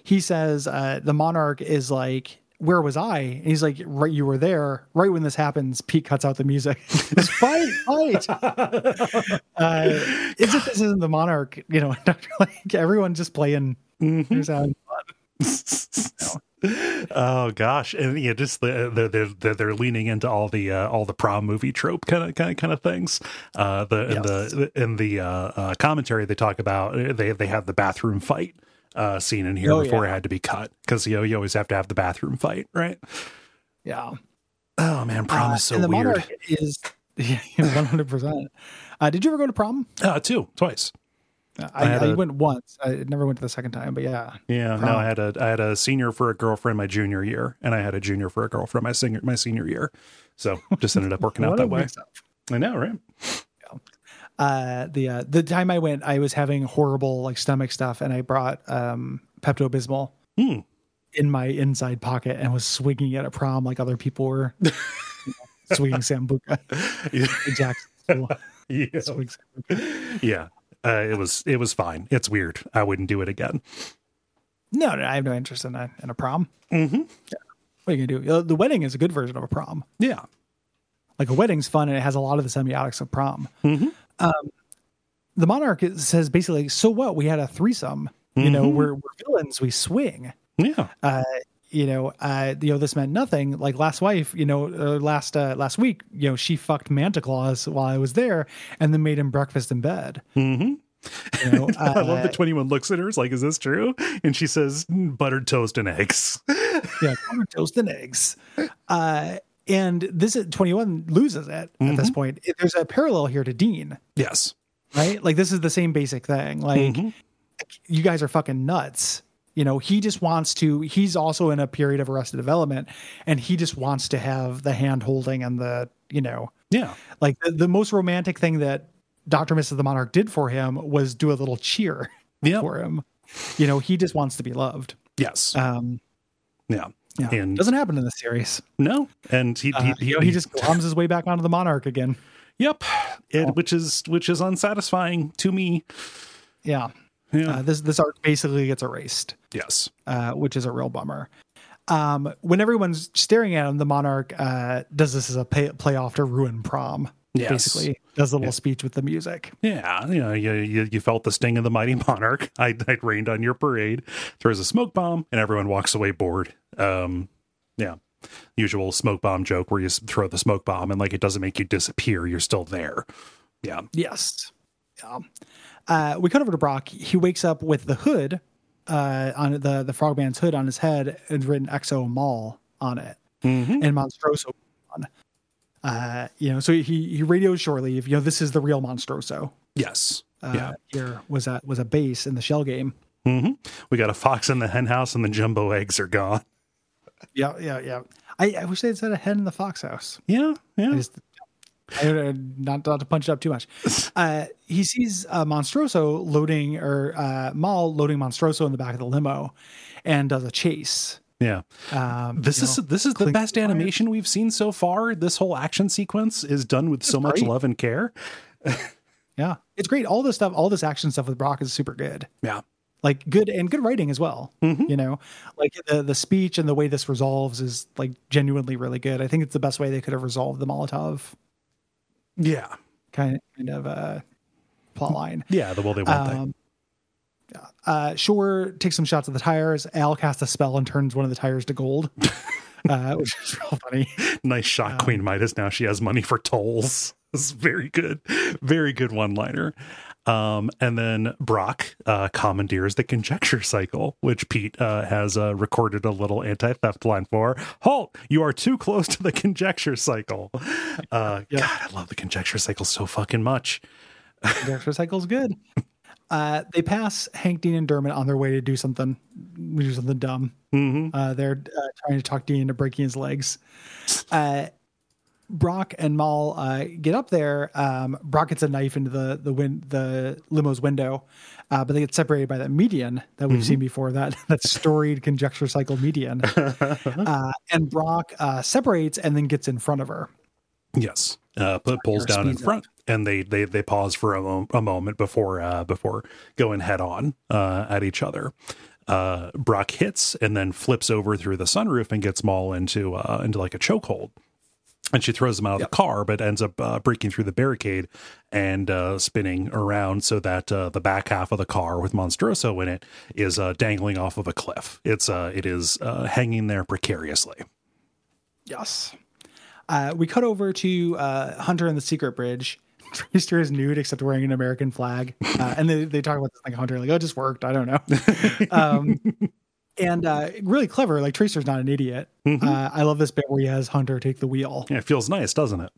B: he says, uh, the monarch is like, where was I? And he's like, right, you were there. Right when this happens, Pete cuts out the music. It's fight, fight. uh, as if this isn't the monarch, you know, like everyone just playing.
C: Mm-hmm. Hmm.
B: Here's how-
C: oh gosh, and yeah, just the- they're they're they're, they're leaning into all the uh, all the prom movie trope kind of kind of kind of things. Uh, the in the in the uh, uh, commentary they talk about uh, they they have the bathroom fight uh, scene in here
B: Oh,
C: before
B: yeah.
C: it had to be cut because you know, you always have to have the bathroom fight, right?
B: Yeah.
C: Oh man, prom
B: Uh,
C: is so
B: and the
C: weird.
B: Monarch is one hundred percent. Did you ever go to prom?
C: Uh, two twice.
B: I,
C: I had
B: I
C: a-
B: went once. I never went to the second time, but yeah,
C: Yeah, no,
B: Prom.
C: I had a I had a senior for a girlfriend my junior year, and I had a junior for a girlfriend my senior my senior year. So just ended up working out
B: What a
C: that way.
B: mix-up.
C: I know, right?
B: uh, the uh, the time I went, I was having horrible like stomach stuff, and I brought um, Pepto Bismol
C: Hmm.
B: in my inside pocket and was swinging it at prom like other people were you know, swinging sambuca.
C: Yeah.
B: at Jackson School.
C: Yeah.
B: Swing sambuca.
C: yeah. Uh, it was it was fine. It's weird. I wouldn't do it again.
B: No, no, I have no interest in a in a prom.
C: hmm
B: What are you gonna do? Uh, The wedding is a good version of a prom.
C: Yeah.
B: Like a wedding's fun and it has a lot of the semiotics of prom.
C: hmm
B: The monarch is, says basically, so what? We had a threesome. You know,
C: Mhm.
B: we're, we're villains. We swing.
C: Yeah.
B: uh, you know, uh, you know, this meant nothing. Like last wife, you know, uh, last uh, last week, you know, she fucked Manta Claus while I was there, and then made him breakfast in bed.
C: hmm
B: You know,
C: I love
B: uh,
C: that Twenty One looks at her. Is like, is this true? And she says, "Mm, buttered toast and eggs.
B: yeah, corn, toast and eggs. Uh, and this is twenty one loses it at
C: Mm-hmm.
B: this point. It- There's a parallel here to Dean,
C: yes.
B: right? Like this is the same basic thing. Like
C: Mhm.
B: you guys are fucking nuts. You know, he just wants to, he's also in a period of arrested development and he just wants to have the hand holding and the, you know,
C: Yeah.
B: like the, the most romantic thing that Dr. Mrs. the Monarch did for him was do a little cheer
C: Yeah.
B: for him. You know, he just wants to be loved.
C: Yes.
B: Um,
C: Uh, yeah.
B: yeah.
C: And-
B: doesn't happen in this series.
C: No. And he
B: Uh,
C: he,
B: you know, he just glums his way back onto the Monarch again.
C: Yep.
B: Oh.
C: It, which is which is unsatisfying to me.
B: Yeah.
C: Yeah.
B: Uh, this, this arc basically gets erased,
C: yes.
B: uh, which is a real bummer. Um, when everyone's staring at him, the Monarch uh, does this as a pay- playoff to ruin prom.
C: Yes.
B: Basically, does a little speech with the music.
C: Yeah, you know, you, you, you felt the sting of the mighty monarch. I, I rained on your parade, throws a smoke bomb, and everyone walks away bored. Um, yeah, usual smoke bomb joke where you s- throw the smoke bomb and like it doesn't make you disappear. You're still there. Yeah.
B: Yes. Yeah. Uh, we cut over to Brock. He wakes up with the hood uh, on the the Frogman's hood on his head and written XO Mall on it
C: Mm-hmm.
B: and Monstroso on. Uh, you know, so he he radios shortly. If you know, this is the real Monstroso.
C: Yes.
B: Uh,
C: yeah.
B: Here was a was a base in the shell game.
C: hmm We got a fox in the hen house, and the jumbo eggs are gone.
B: Yeah, yeah, yeah. I, I wish they had said a head in the fox house.
C: Yeah.
B: I
C: Yeah.
B: just I don't know, not, not to punch it up too much. Uh, he sees uh, Monstroso loading or uh, Maul loading Monstroso in the back of the limo, and does a chase.
C: Yeah.
B: Um,
C: This
B: you
C: is
B: know,
C: this is the
B: clink-
C: best animation we've seen so far. This whole action sequence is done with so much
B: great.
C: love and care.
B: yeah, it's great. All this stuff, all this action stuff with Brock is super good.
C: Yeah.
B: Like good and good writing as well.
C: Mhm.
B: You know, like the the speech and the way this resolves is like genuinely really good. I think it's the best way they could have resolved the Molotov
C: Yeah.
B: kind kind of uh, plot line.
C: Yeah. The well they want thing.
B: Um, uh, Shore takes some shots at the tires. Al casts a spell and turns one of the tires to gold, uh, which is real funny.
C: Nice shot, Queen Midas. Now she has money for tolls. This is very good, very good one liner. Um, and then Brock uh, commandeers the conjecture cycle, which Pete uh, has uh, recorded a little anti theft line for. Halt! You are too close to the conjecture cycle. Uh,
B: Yeah.
C: God, I love the conjecture cycle so fucking much.
B: The extra cycle's good. Uh, they pass Hank, Dean, and Dermot on their way to do something, do something dumb.
C: Mm-hmm.
B: Uh, they're uh, trying to talk Dean into breaking his legs. Uh, Brock and Maul uh, get up there. Um, Brock gets a knife into the the win- the limo's window, uh, but they get separated by that median that we've seen before. That that storied conjecture cycle median, uh, and Brock uh, separates and then gets in front of her.
C: Yes, uh, but pulls down in
B: speeds up.
C: front, and they they they pause for a, mo- a moment before uh, before going head on uh, at each other. Uh, Brock hits and then flips over through the sunroof and gets Maul into uh, into like a chokehold, and she throws him out of the car, but ends up uh, breaking through the barricade and uh, spinning around so that uh, the back half of the car with Monstroso in it is uh, dangling off of a cliff. It's uh, it is uh, hanging there precariously.
B: Yes. Uh, we cut over to uh, Hunter and the Secret Bridge. Tracer is nude except wearing an American flag. Uh, and they, they talk about this thing, Hunter, like, oh, it just worked. I don't know. um, and uh, really clever. Like, Tracer's not an idiot. Uh, I love this bit where he has Hunter take the wheel.
C: Mm-hmm. Yeah, it feels nice, doesn't it?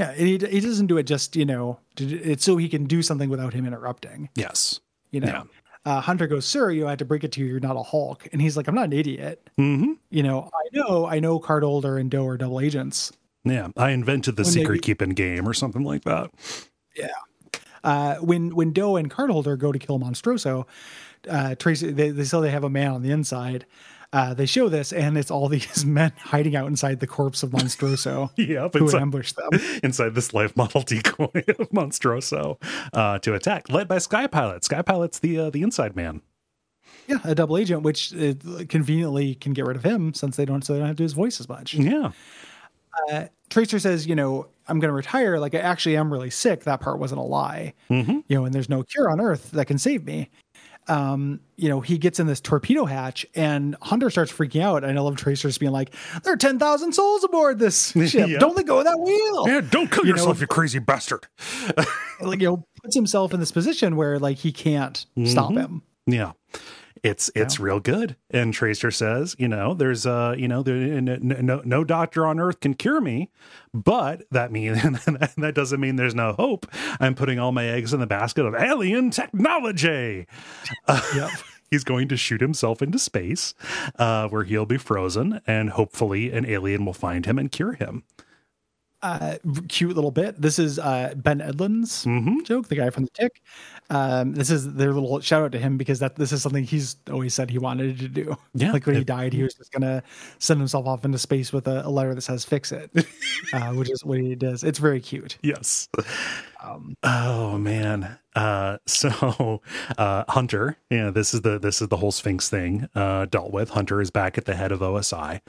B: Yeah. And he, he doesn't do it just, you know, to- it's so he can do something without him interrupting,
C: Yes.
B: you know.
C: Yeah.
B: Uh, Hunter goes, sir, you know, I had to break it to you. You're not a Hulk. And he's like, I'm not an idiot.
C: Mm-hmm.
B: You know, I know, I know Cardolder and Doe are double agents.
C: Yeah, I invented the
B: When they
C: secret
B: be-
C: keeping game or something like that.
B: Uh, when when Doe and Cardholder go to kill Monstroso, uh, Tracy they, they say they have a man on the inside. Uh, they show this, and it's all these men hiding out inside the corpse of Monstroso,
C: Yep,
B: who
C: inside,
B: ambushed them.
C: inside this life model decoy of Monstroso uh, to attack, led by Sky Pilot. Sky Pilot's the uh, the inside man.
B: Yeah, a double agent, which uh, conveniently can get rid of him since they don't so they don't have to do his voice as much.
C: Yeah,
B: Tracer says, you know, I'm going to retire. Like, I actually am really sick. That part wasn't a lie. You know, and there's no cure on Earth that can save me. Um, you know, he gets in this torpedo hatch, and Hunter starts freaking out. And I love Tracer's being like, "There are ten thousand souls aboard this ship.
C: Yeah.
B: Don't let go of that wheel."
C: don't kill
B: You know- yourself,
C: you crazy bastard.
B: Like, you know, puts himself in this position where like he can't stop him.
C: Yeah. It's it's real good. And Tracer says, you know, there's uh, you know, there, n- n- no no doctor on earth can cure me, but that means that doesn't mean there's no hope. I'm putting all my eggs in the basket of alien technology.
B: Yep.
C: He's going to shoot himself into space, uh, where he'll be frozen, and hopefully an alien will find him and cure him.
B: uh, cute little bit. This is uh, Ben Edlund's
C: Mm-hmm.
B: joke, the guy from The Tick. Um, this is their little shout out to him because that this is something he's always said he wanted to do.
C: Yeah.
B: like when he died, he was just gonna send himself off into space with a, a letter that says "fix it," uh, which is what he does. It's very cute.
C: Yes. oh man. Uh, so uh, Hunter, you know, this is the this is the whole Sphinx thing uh, dealt with. Hunter is back at the head of OSI.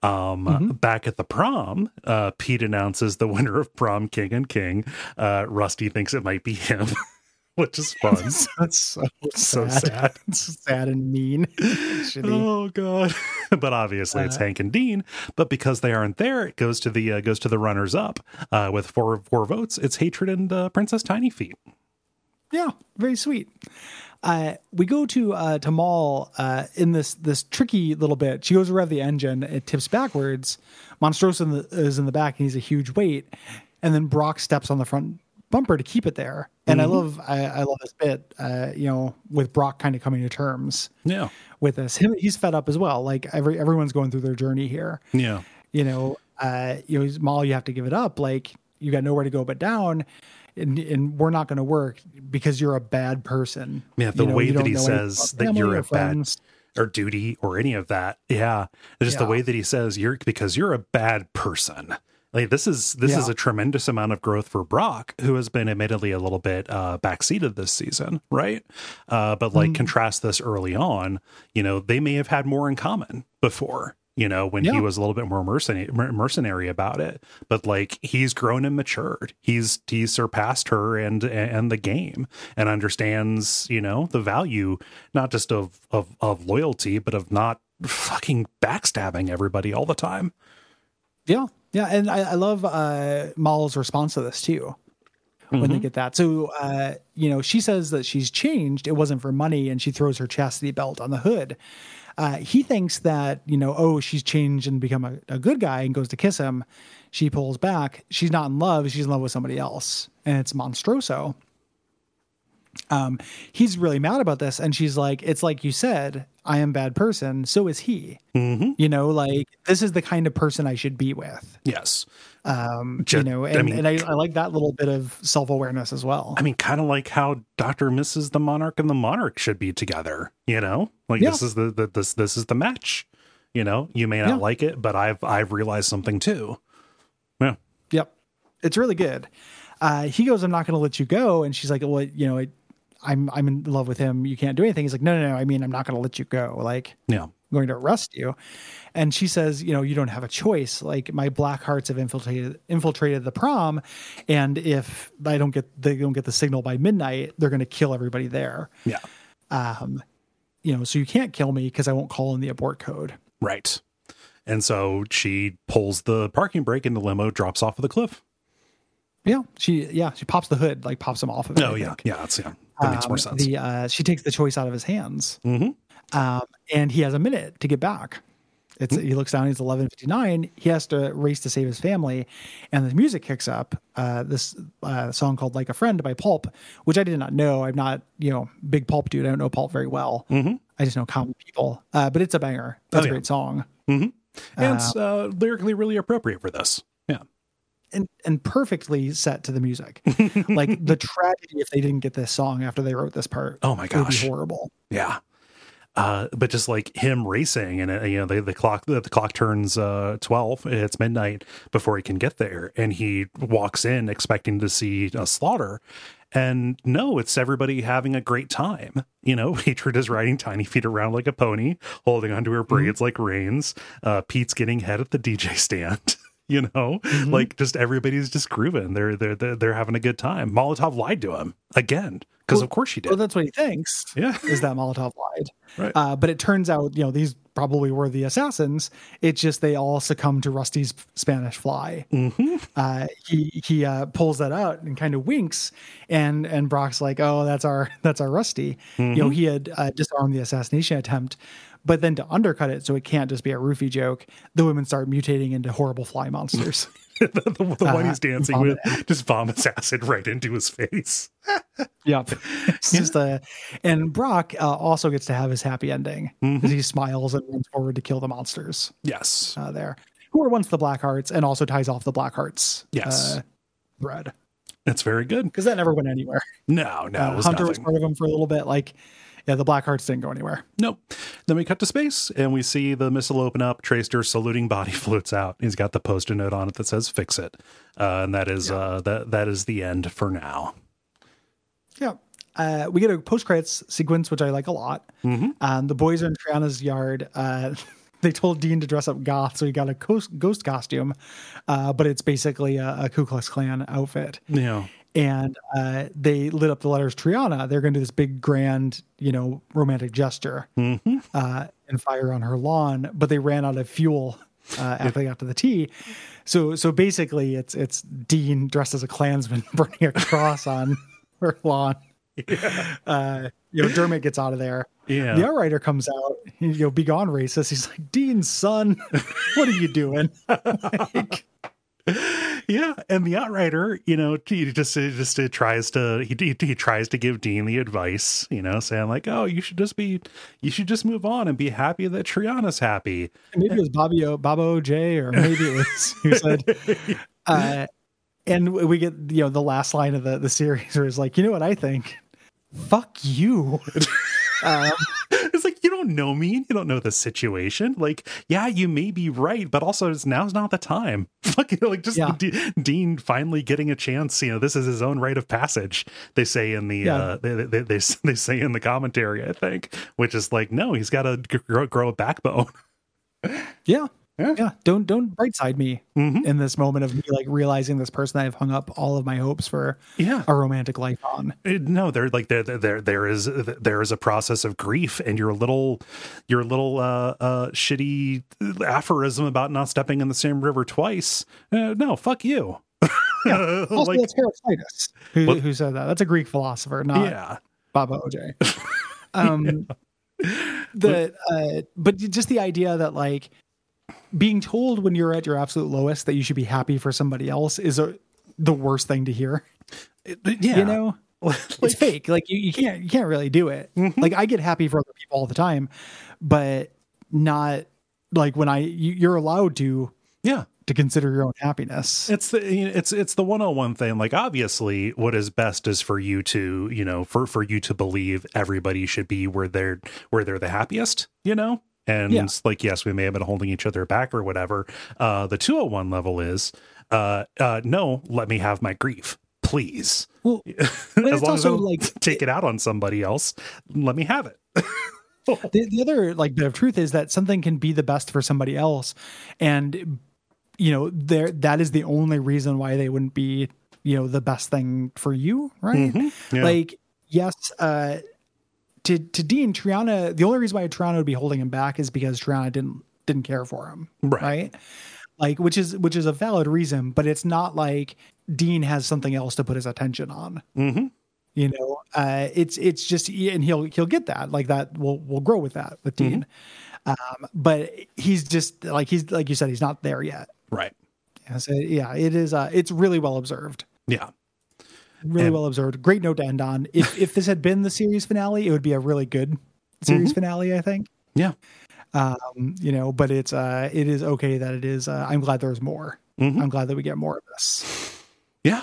C: Um, back at the prom, uh, Pete announces the winner of prom King and King. Uh, Rusty thinks it might be him, which is fun.
B: That's so
C: So
B: sad.
C: sad.
B: It's sad and mean. Shitty.
C: Oh god! but obviously
B: Uh-huh.
C: it's Hank and Dean. But because they aren't there, it goes to the uh, goes to the runners up uh, with four four votes. It's Hatred and uh, Princess Tiny Feet.
B: Yeah, very sweet. Uh, we go to uh, to Maul uh, in this this tricky little bit. She goes to rev the engine. It tips backwards. Monstrosa in the, is in the back, and he's a huge weight. And then Brock steps on the front bumper to keep it there. And I love I, I love this bit. Uh, you know, with Brock kind of coming to terms
C: Yeah.
B: with this. Him, he's fed up as well. Like every everyone's going through their journey here
C: Yeah.
B: you know, uh, you know, he's, Maul, you have to give it up. Like you got nowhere to go but down, and, and we're not going to work because you're a bad person.
C: Yeah, the
B: You know,
C: way
B: you
C: that
B: don't
C: he
B: know anything
C: says
B: about
C: that
B: family
C: you're
B: or
C: a bad
B: friends.
C: or duty or any of that. Yeah. It's Just the
B: Yeah.
C: way that he says you're because you're a bad person. Like this is this is
B: Yeah.
C: a tremendous amount of growth for Brock, who has been admittedly a little bit uh backseated this season, right? Uh but like contrast this early on, you know, they may have had more in common before, you know, when he
B: Yeah.
C: was a little bit more mercenary mercenary about it. But like he's grown and matured. He's he's surpassed her and and the game and understands, you know, the value not just of of of loyalty, but of not fucking backstabbing everybody all the time.
B: Yeah, yeah, and I, I love uh, Maul's response to this too. When they get that, so uh, you know, she says that she's changed. It wasn't for money, and she throws her chastity belt on the hood. Uh, he thinks that you know, oh, she's changed and become a, a good guy, and goes to kiss him. She pulls back. She's not in love. She's in love with somebody else, and it's Monstroso. Um, he's really mad about this, and she's like, "It's like you said, I am a bad person. So is he.
C: Mm-hmm.
B: You know, like this is the kind of person I should be with."
C: Yes. Um
B: you know and, and I, I like that little bit of self-awareness as well
C: I mean, kind of like how Doctor Mrs. the Monarch and the Monarch should be together. You know, like
B: Yeah.
C: this is the, the this this is the match. You know, you may not
B: Yeah.
C: like it, but I've I've realized something too. Yeah,
B: yep it's really good uh, he goes i'm not going to let you go and she's like well you know I, i'm i'm in love with him you can't do anything he's like no no no i mean i'm not going to let you go like
C: yeah,
B: I'm going to arrest you and she says you know you don't have a choice like my black hearts have infiltrated infiltrated the prom and if i don't get they don't get the signal by midnight they're going to kill everybody there
C: yeah.
B: you know so you can't kill me because i won't call in the abort code
C: Right. And so she pulls the parking brake, and the limo drops off of the cliff.
B: yeah she yeah she pops the hood like pops him off of it, I
C: Oh yeah,
B: think.
C: yeah. That's yeah. That makes
B: um,
C: more sense.
B: The, uh, she takes the choice out of his hands,
C: Mhm.
B: um, and he has a minute to get back. It's
C: Mm-hmm.
B: he looks down. He's eleven fifty nine. He has to race to save his family, and the music kicks up. Uh, this uh, song called "Like a Friend" by Pulp, which I did not know. I'm not you know big Pulp dude. I don't know Pulp very well. I just know common people. Uh, but it's a banger. That's a
C: Mm-hmm. Oh, yeah.
B: great song.
C: uh, and it's uh, lyrically really appropriate for this. Yeah.
B: and, and perfectly set to the music. like the tragedy if they didn't get this song after they wrote this part.
C: Oh my
B: would be
C: gosh.
B: horrible.
C: Yeah. Uh, but just like him racing, and uh, you know the, the clock the, the clock turns uh, twelve. It's midnight before he can get there, and he walks in expecting to see a slaughter, and no, it's everybody having a great time. You know, Hatred is riding Tiny Feet around like a pony, holding onto
B: Mm-hmm.
C: her braids like reins. Uh, Pete's getting head at the DJ stand. You know,
B: Mm-hmm.
C: like just everybody's just grooving. They're, they're they're they're having a good time. Molotov lied to him again because of course she did.
B: Well, that's what he thinks.
C: yeah.
B: Is that Molotov lied?
C: Right.
B: Uh, but it turns out, you know, these probably were the assassins. It's just they all succumb to Rusty's Spanish fly.
C: Mm-hmm.
B: Uh, he he uh, pulls that out and kind of winks, and and Brock's like, "Oh, that's our that's our Rusty." You know, he had uh, disarmed the assassination attempt, but then to undercut it, so it can't just be a roofie joke. The women start mutating into horrible fly monsters.
C: the, the one he's dancing
B: Uh, vomit
C: with just vomits acid right into his face.
B: Yep. It's just a, and Brock uh, also gets to have his happy ending because he smiles and runs forward to kill the monsters
C: Yes.
B: uh, there, who were once the Black Hearts and also ties off the Black Hearts
C: Yes.
B: uh, thread
C: That's very good.
B: because that never went anywhere.
C: No, no,
B: Uh,
C: it was
B: Hunter was
C: nothing.
B: part of them for a little bit. Like, yeah, the Black Hearts didn't go anywhere.
C: Nope. Then we cut to space and we see the missile open up. Tracer saluting body floats out. He's got the post-it note on it that says "Fix it," uh, and that is uh, that that is the end for now.
B: Yeah. Uh, we get a post credits sequence, which I like a lot.
C: Mm-hmm.
B: Um, the boys are in Triana's yard. Uh, they told Dean to dress up goth, so he got a ghost, ghost costume, uh, but it's basically a, a Ku Klux Klan outfit.
C: Yeah.
B: And uh, they lit up the letters Triana. They're going to do this big, grand, you know, romantic gesture uh, and fire on her lawn, but they ran out of fuel. Uh, after they got to the tea, so so basically, it's it's Dean dressed as a Klansman burning a cross on her lawn uh, you know, Dermot gets out of there.
C: Yeah.
B: The writer comes out, you know, be gone racist. He's like, Dean's son, what are you doing?
C: Yeah, and the outrider, you know, he just he just he tries to he, he he tries to give Dean the advice, you know, saying like, "Oh, you should just be, you should just move on and be happy that Triana's happy."
B: maybe it was Bobby O, Bob OJ, or maybe it was who said. Uh, and we get you know the last line of the the series where it's like, you know what I think? Fuck you. um,
C: It's like you don't know me, and you don't know the situation. Like, yeah, you may be right, but also it's, now's not the time. Fucking like just
B: Yeah.
C: D- Dean finally getting a chance. You know, this is his own rite of passage. They say in the uh,
B: Yeah.
C: they, they, they they they say in the commentary, I think, which is like, no, he's got to grow, grow a backbone.
B: yeah.
C: Yeah.
B: Yeah, don't don't brightside me
C: Mhm.
B: in this moment of me like realizing this person I've hung up all of my hopes for
C: Yeah,
B: a romantic life on.
C: Uh, no there like there there- there there is uh, there is a process of grief and your little your little uh uh shitty uh, aphorism about not stepping in the same river twice uh, no fuck you
B: Also,
C: like
B: that's Heraclitus who,
C: Well-
B: who said that. That's a Greek philosopher, not
C: yeah
B: Baba OJ. Um, The uh, but just the idea that like being told when you're at your absolute lowest that you should be happy for somebody else is a, the worst thing to hear.
C: It- it- yeah
B: You know, it's fake. Like you, you can't you can't really do it.
C: Mm-hmm.
B: Like I get happy for other people all the time, but not like when I you, you're allowed to
C: yeah
B: to consider your own happiness.
C: it's the you know, it's it's the 101 thing like obviously what is best is for you to you know for for you to believe everybody should be where they're where they're the happiest you know and
B: Yeah.
C: like yes we may have been holding each other back or whatever uh the 201 level is uh uh no let me have my grief please
B: Well, it's
C: as long as I
B: also,
C: don't
B: like-
C: take it out on somebody else let me have it
B: the, the other like bit of truth is that something can be the best for somebody else and you know there that is the only reason why they wouldn't be you know the best thing for you right
C: Mm-hmm. Yeah.
B: like yes uh to to dean triana the only reason why triana would be holding him back is because triana didn't didn't care for him
C: Right.
B: like which is which is a valid reason but it's not like dean has something else to put his attention on
C: Mm-hmm.
B: you know uh it's it's just and he'll he'll get that like that will will grow with that with dean um but he's just like he's like you said he's not there yet
C: right
B: And so, yeah it is uh it's really well observed
C: yeah
B: really
C: And-
B: well observed great note to end on if if this had been the series finale it would be a really good series finale i think
C: yeah
B: um you know but it's uh it is okay that it is uh, i'm glad there's more I'm glad that we get more of this.
C: Yeah.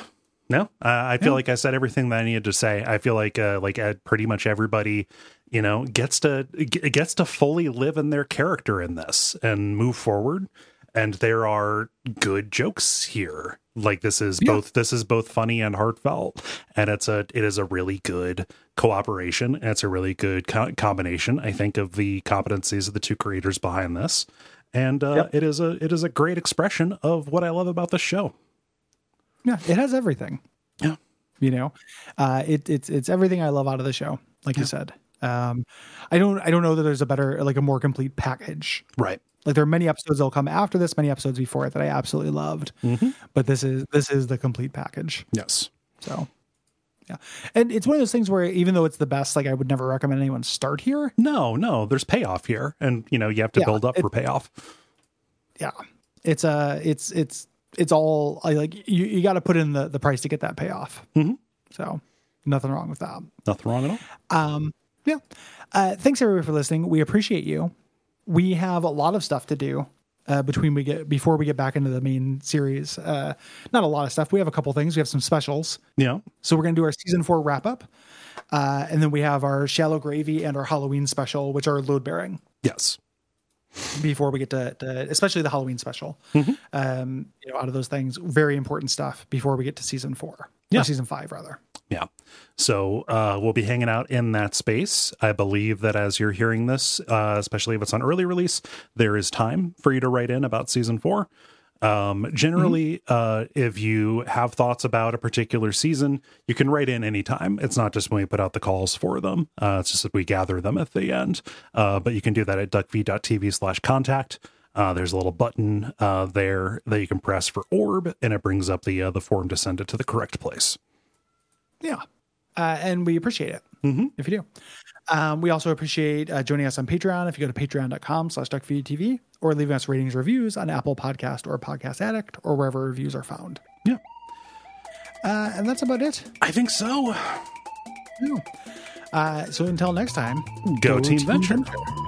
C: No, uh, I feel like I said everything that I needed to say. I feel like uh, like uh, pretty much everybody, you know, gets to g- gets to fully live in their character in this and move forward. And there are good jokes here. Like this is
B: Yeah.
C: both this is both funny and heartfelt, and it's a it is a really good cooperation. And it's a really good co- combination, I think, of the competencies of the two creators behind this. And uh, it is a it is a great expression of what I love about the show.
B: Yeah, it has everything.
C: Yeah.
B: you know, uh, it, it's it's everything I love out of the show. Like you said, um, I don't I don't know that there's a better like a more complete package.
C: Right.
B: Like there are many episodes that'll come after this, many episodes before it that I absolutely loved, but this is this is the complete package.
C: Yes.
B: So, yeah, and it's one of those things where even though it's the best, like I would never recommend anyone start here.
C: No, no, there's payoff here. And, you know, you have to
B: Yeah,
C: build up
B: it-
C: for payoff.
B: yeah it's uh it's it's it's all I like you, you got to put in the the price to get that payoff
C: Mhm.
B: so nothing wrong with that
C: Nothing wrong at all.
B: um yeah uh thanks everybody for listening we appreciate you we have a lot of stuff to do uh, between we get before we get back into the main series uh not a lot of stuff we have a couple things we have some specials
C: Yeah.
B: so we're going to do our season four wrap up uh and then we have our shallow gravy and our halloween special which are load bearing
C: Yes.
B: before we get to, to especially the Halloween special. Um, you know, out of those things, very important stuff before we get to season four.
C: Yeah.
B: Or season five rather.
C: Yeah. So uh, we'll be hanging out in that space. I believe that as you're hearing this, uh, especially if it's on early release, there is time for you to write in about season four. Um, generally, uh, if you have thoughts about a particular season, you can write in anytime. It's not just when we put out the calls for them. Uh, it's just that we gather them at the end. Uh, but you can do that at duckv.tv slash contact. Uh, there's a little button uh, there that you can press for orb, and it brings up the uh, the form to send it to the correct place.
B: Yeah. Uh, and we appreciate it
C: Mm-hmm.
B: if you do. Um, we also appreciate uh, joining us on Patreon. If you go to patreon.com slash duckfeedtv or leaving us ratings reviews on Apple Podcast or Podcast Addict or wherever reviews are found.
C: Yeah.
B: Uh, and that's about it.
C: I think so.
B: Yeah. Uh, so until next time,
C: Go, Team Venture.
B: Venture.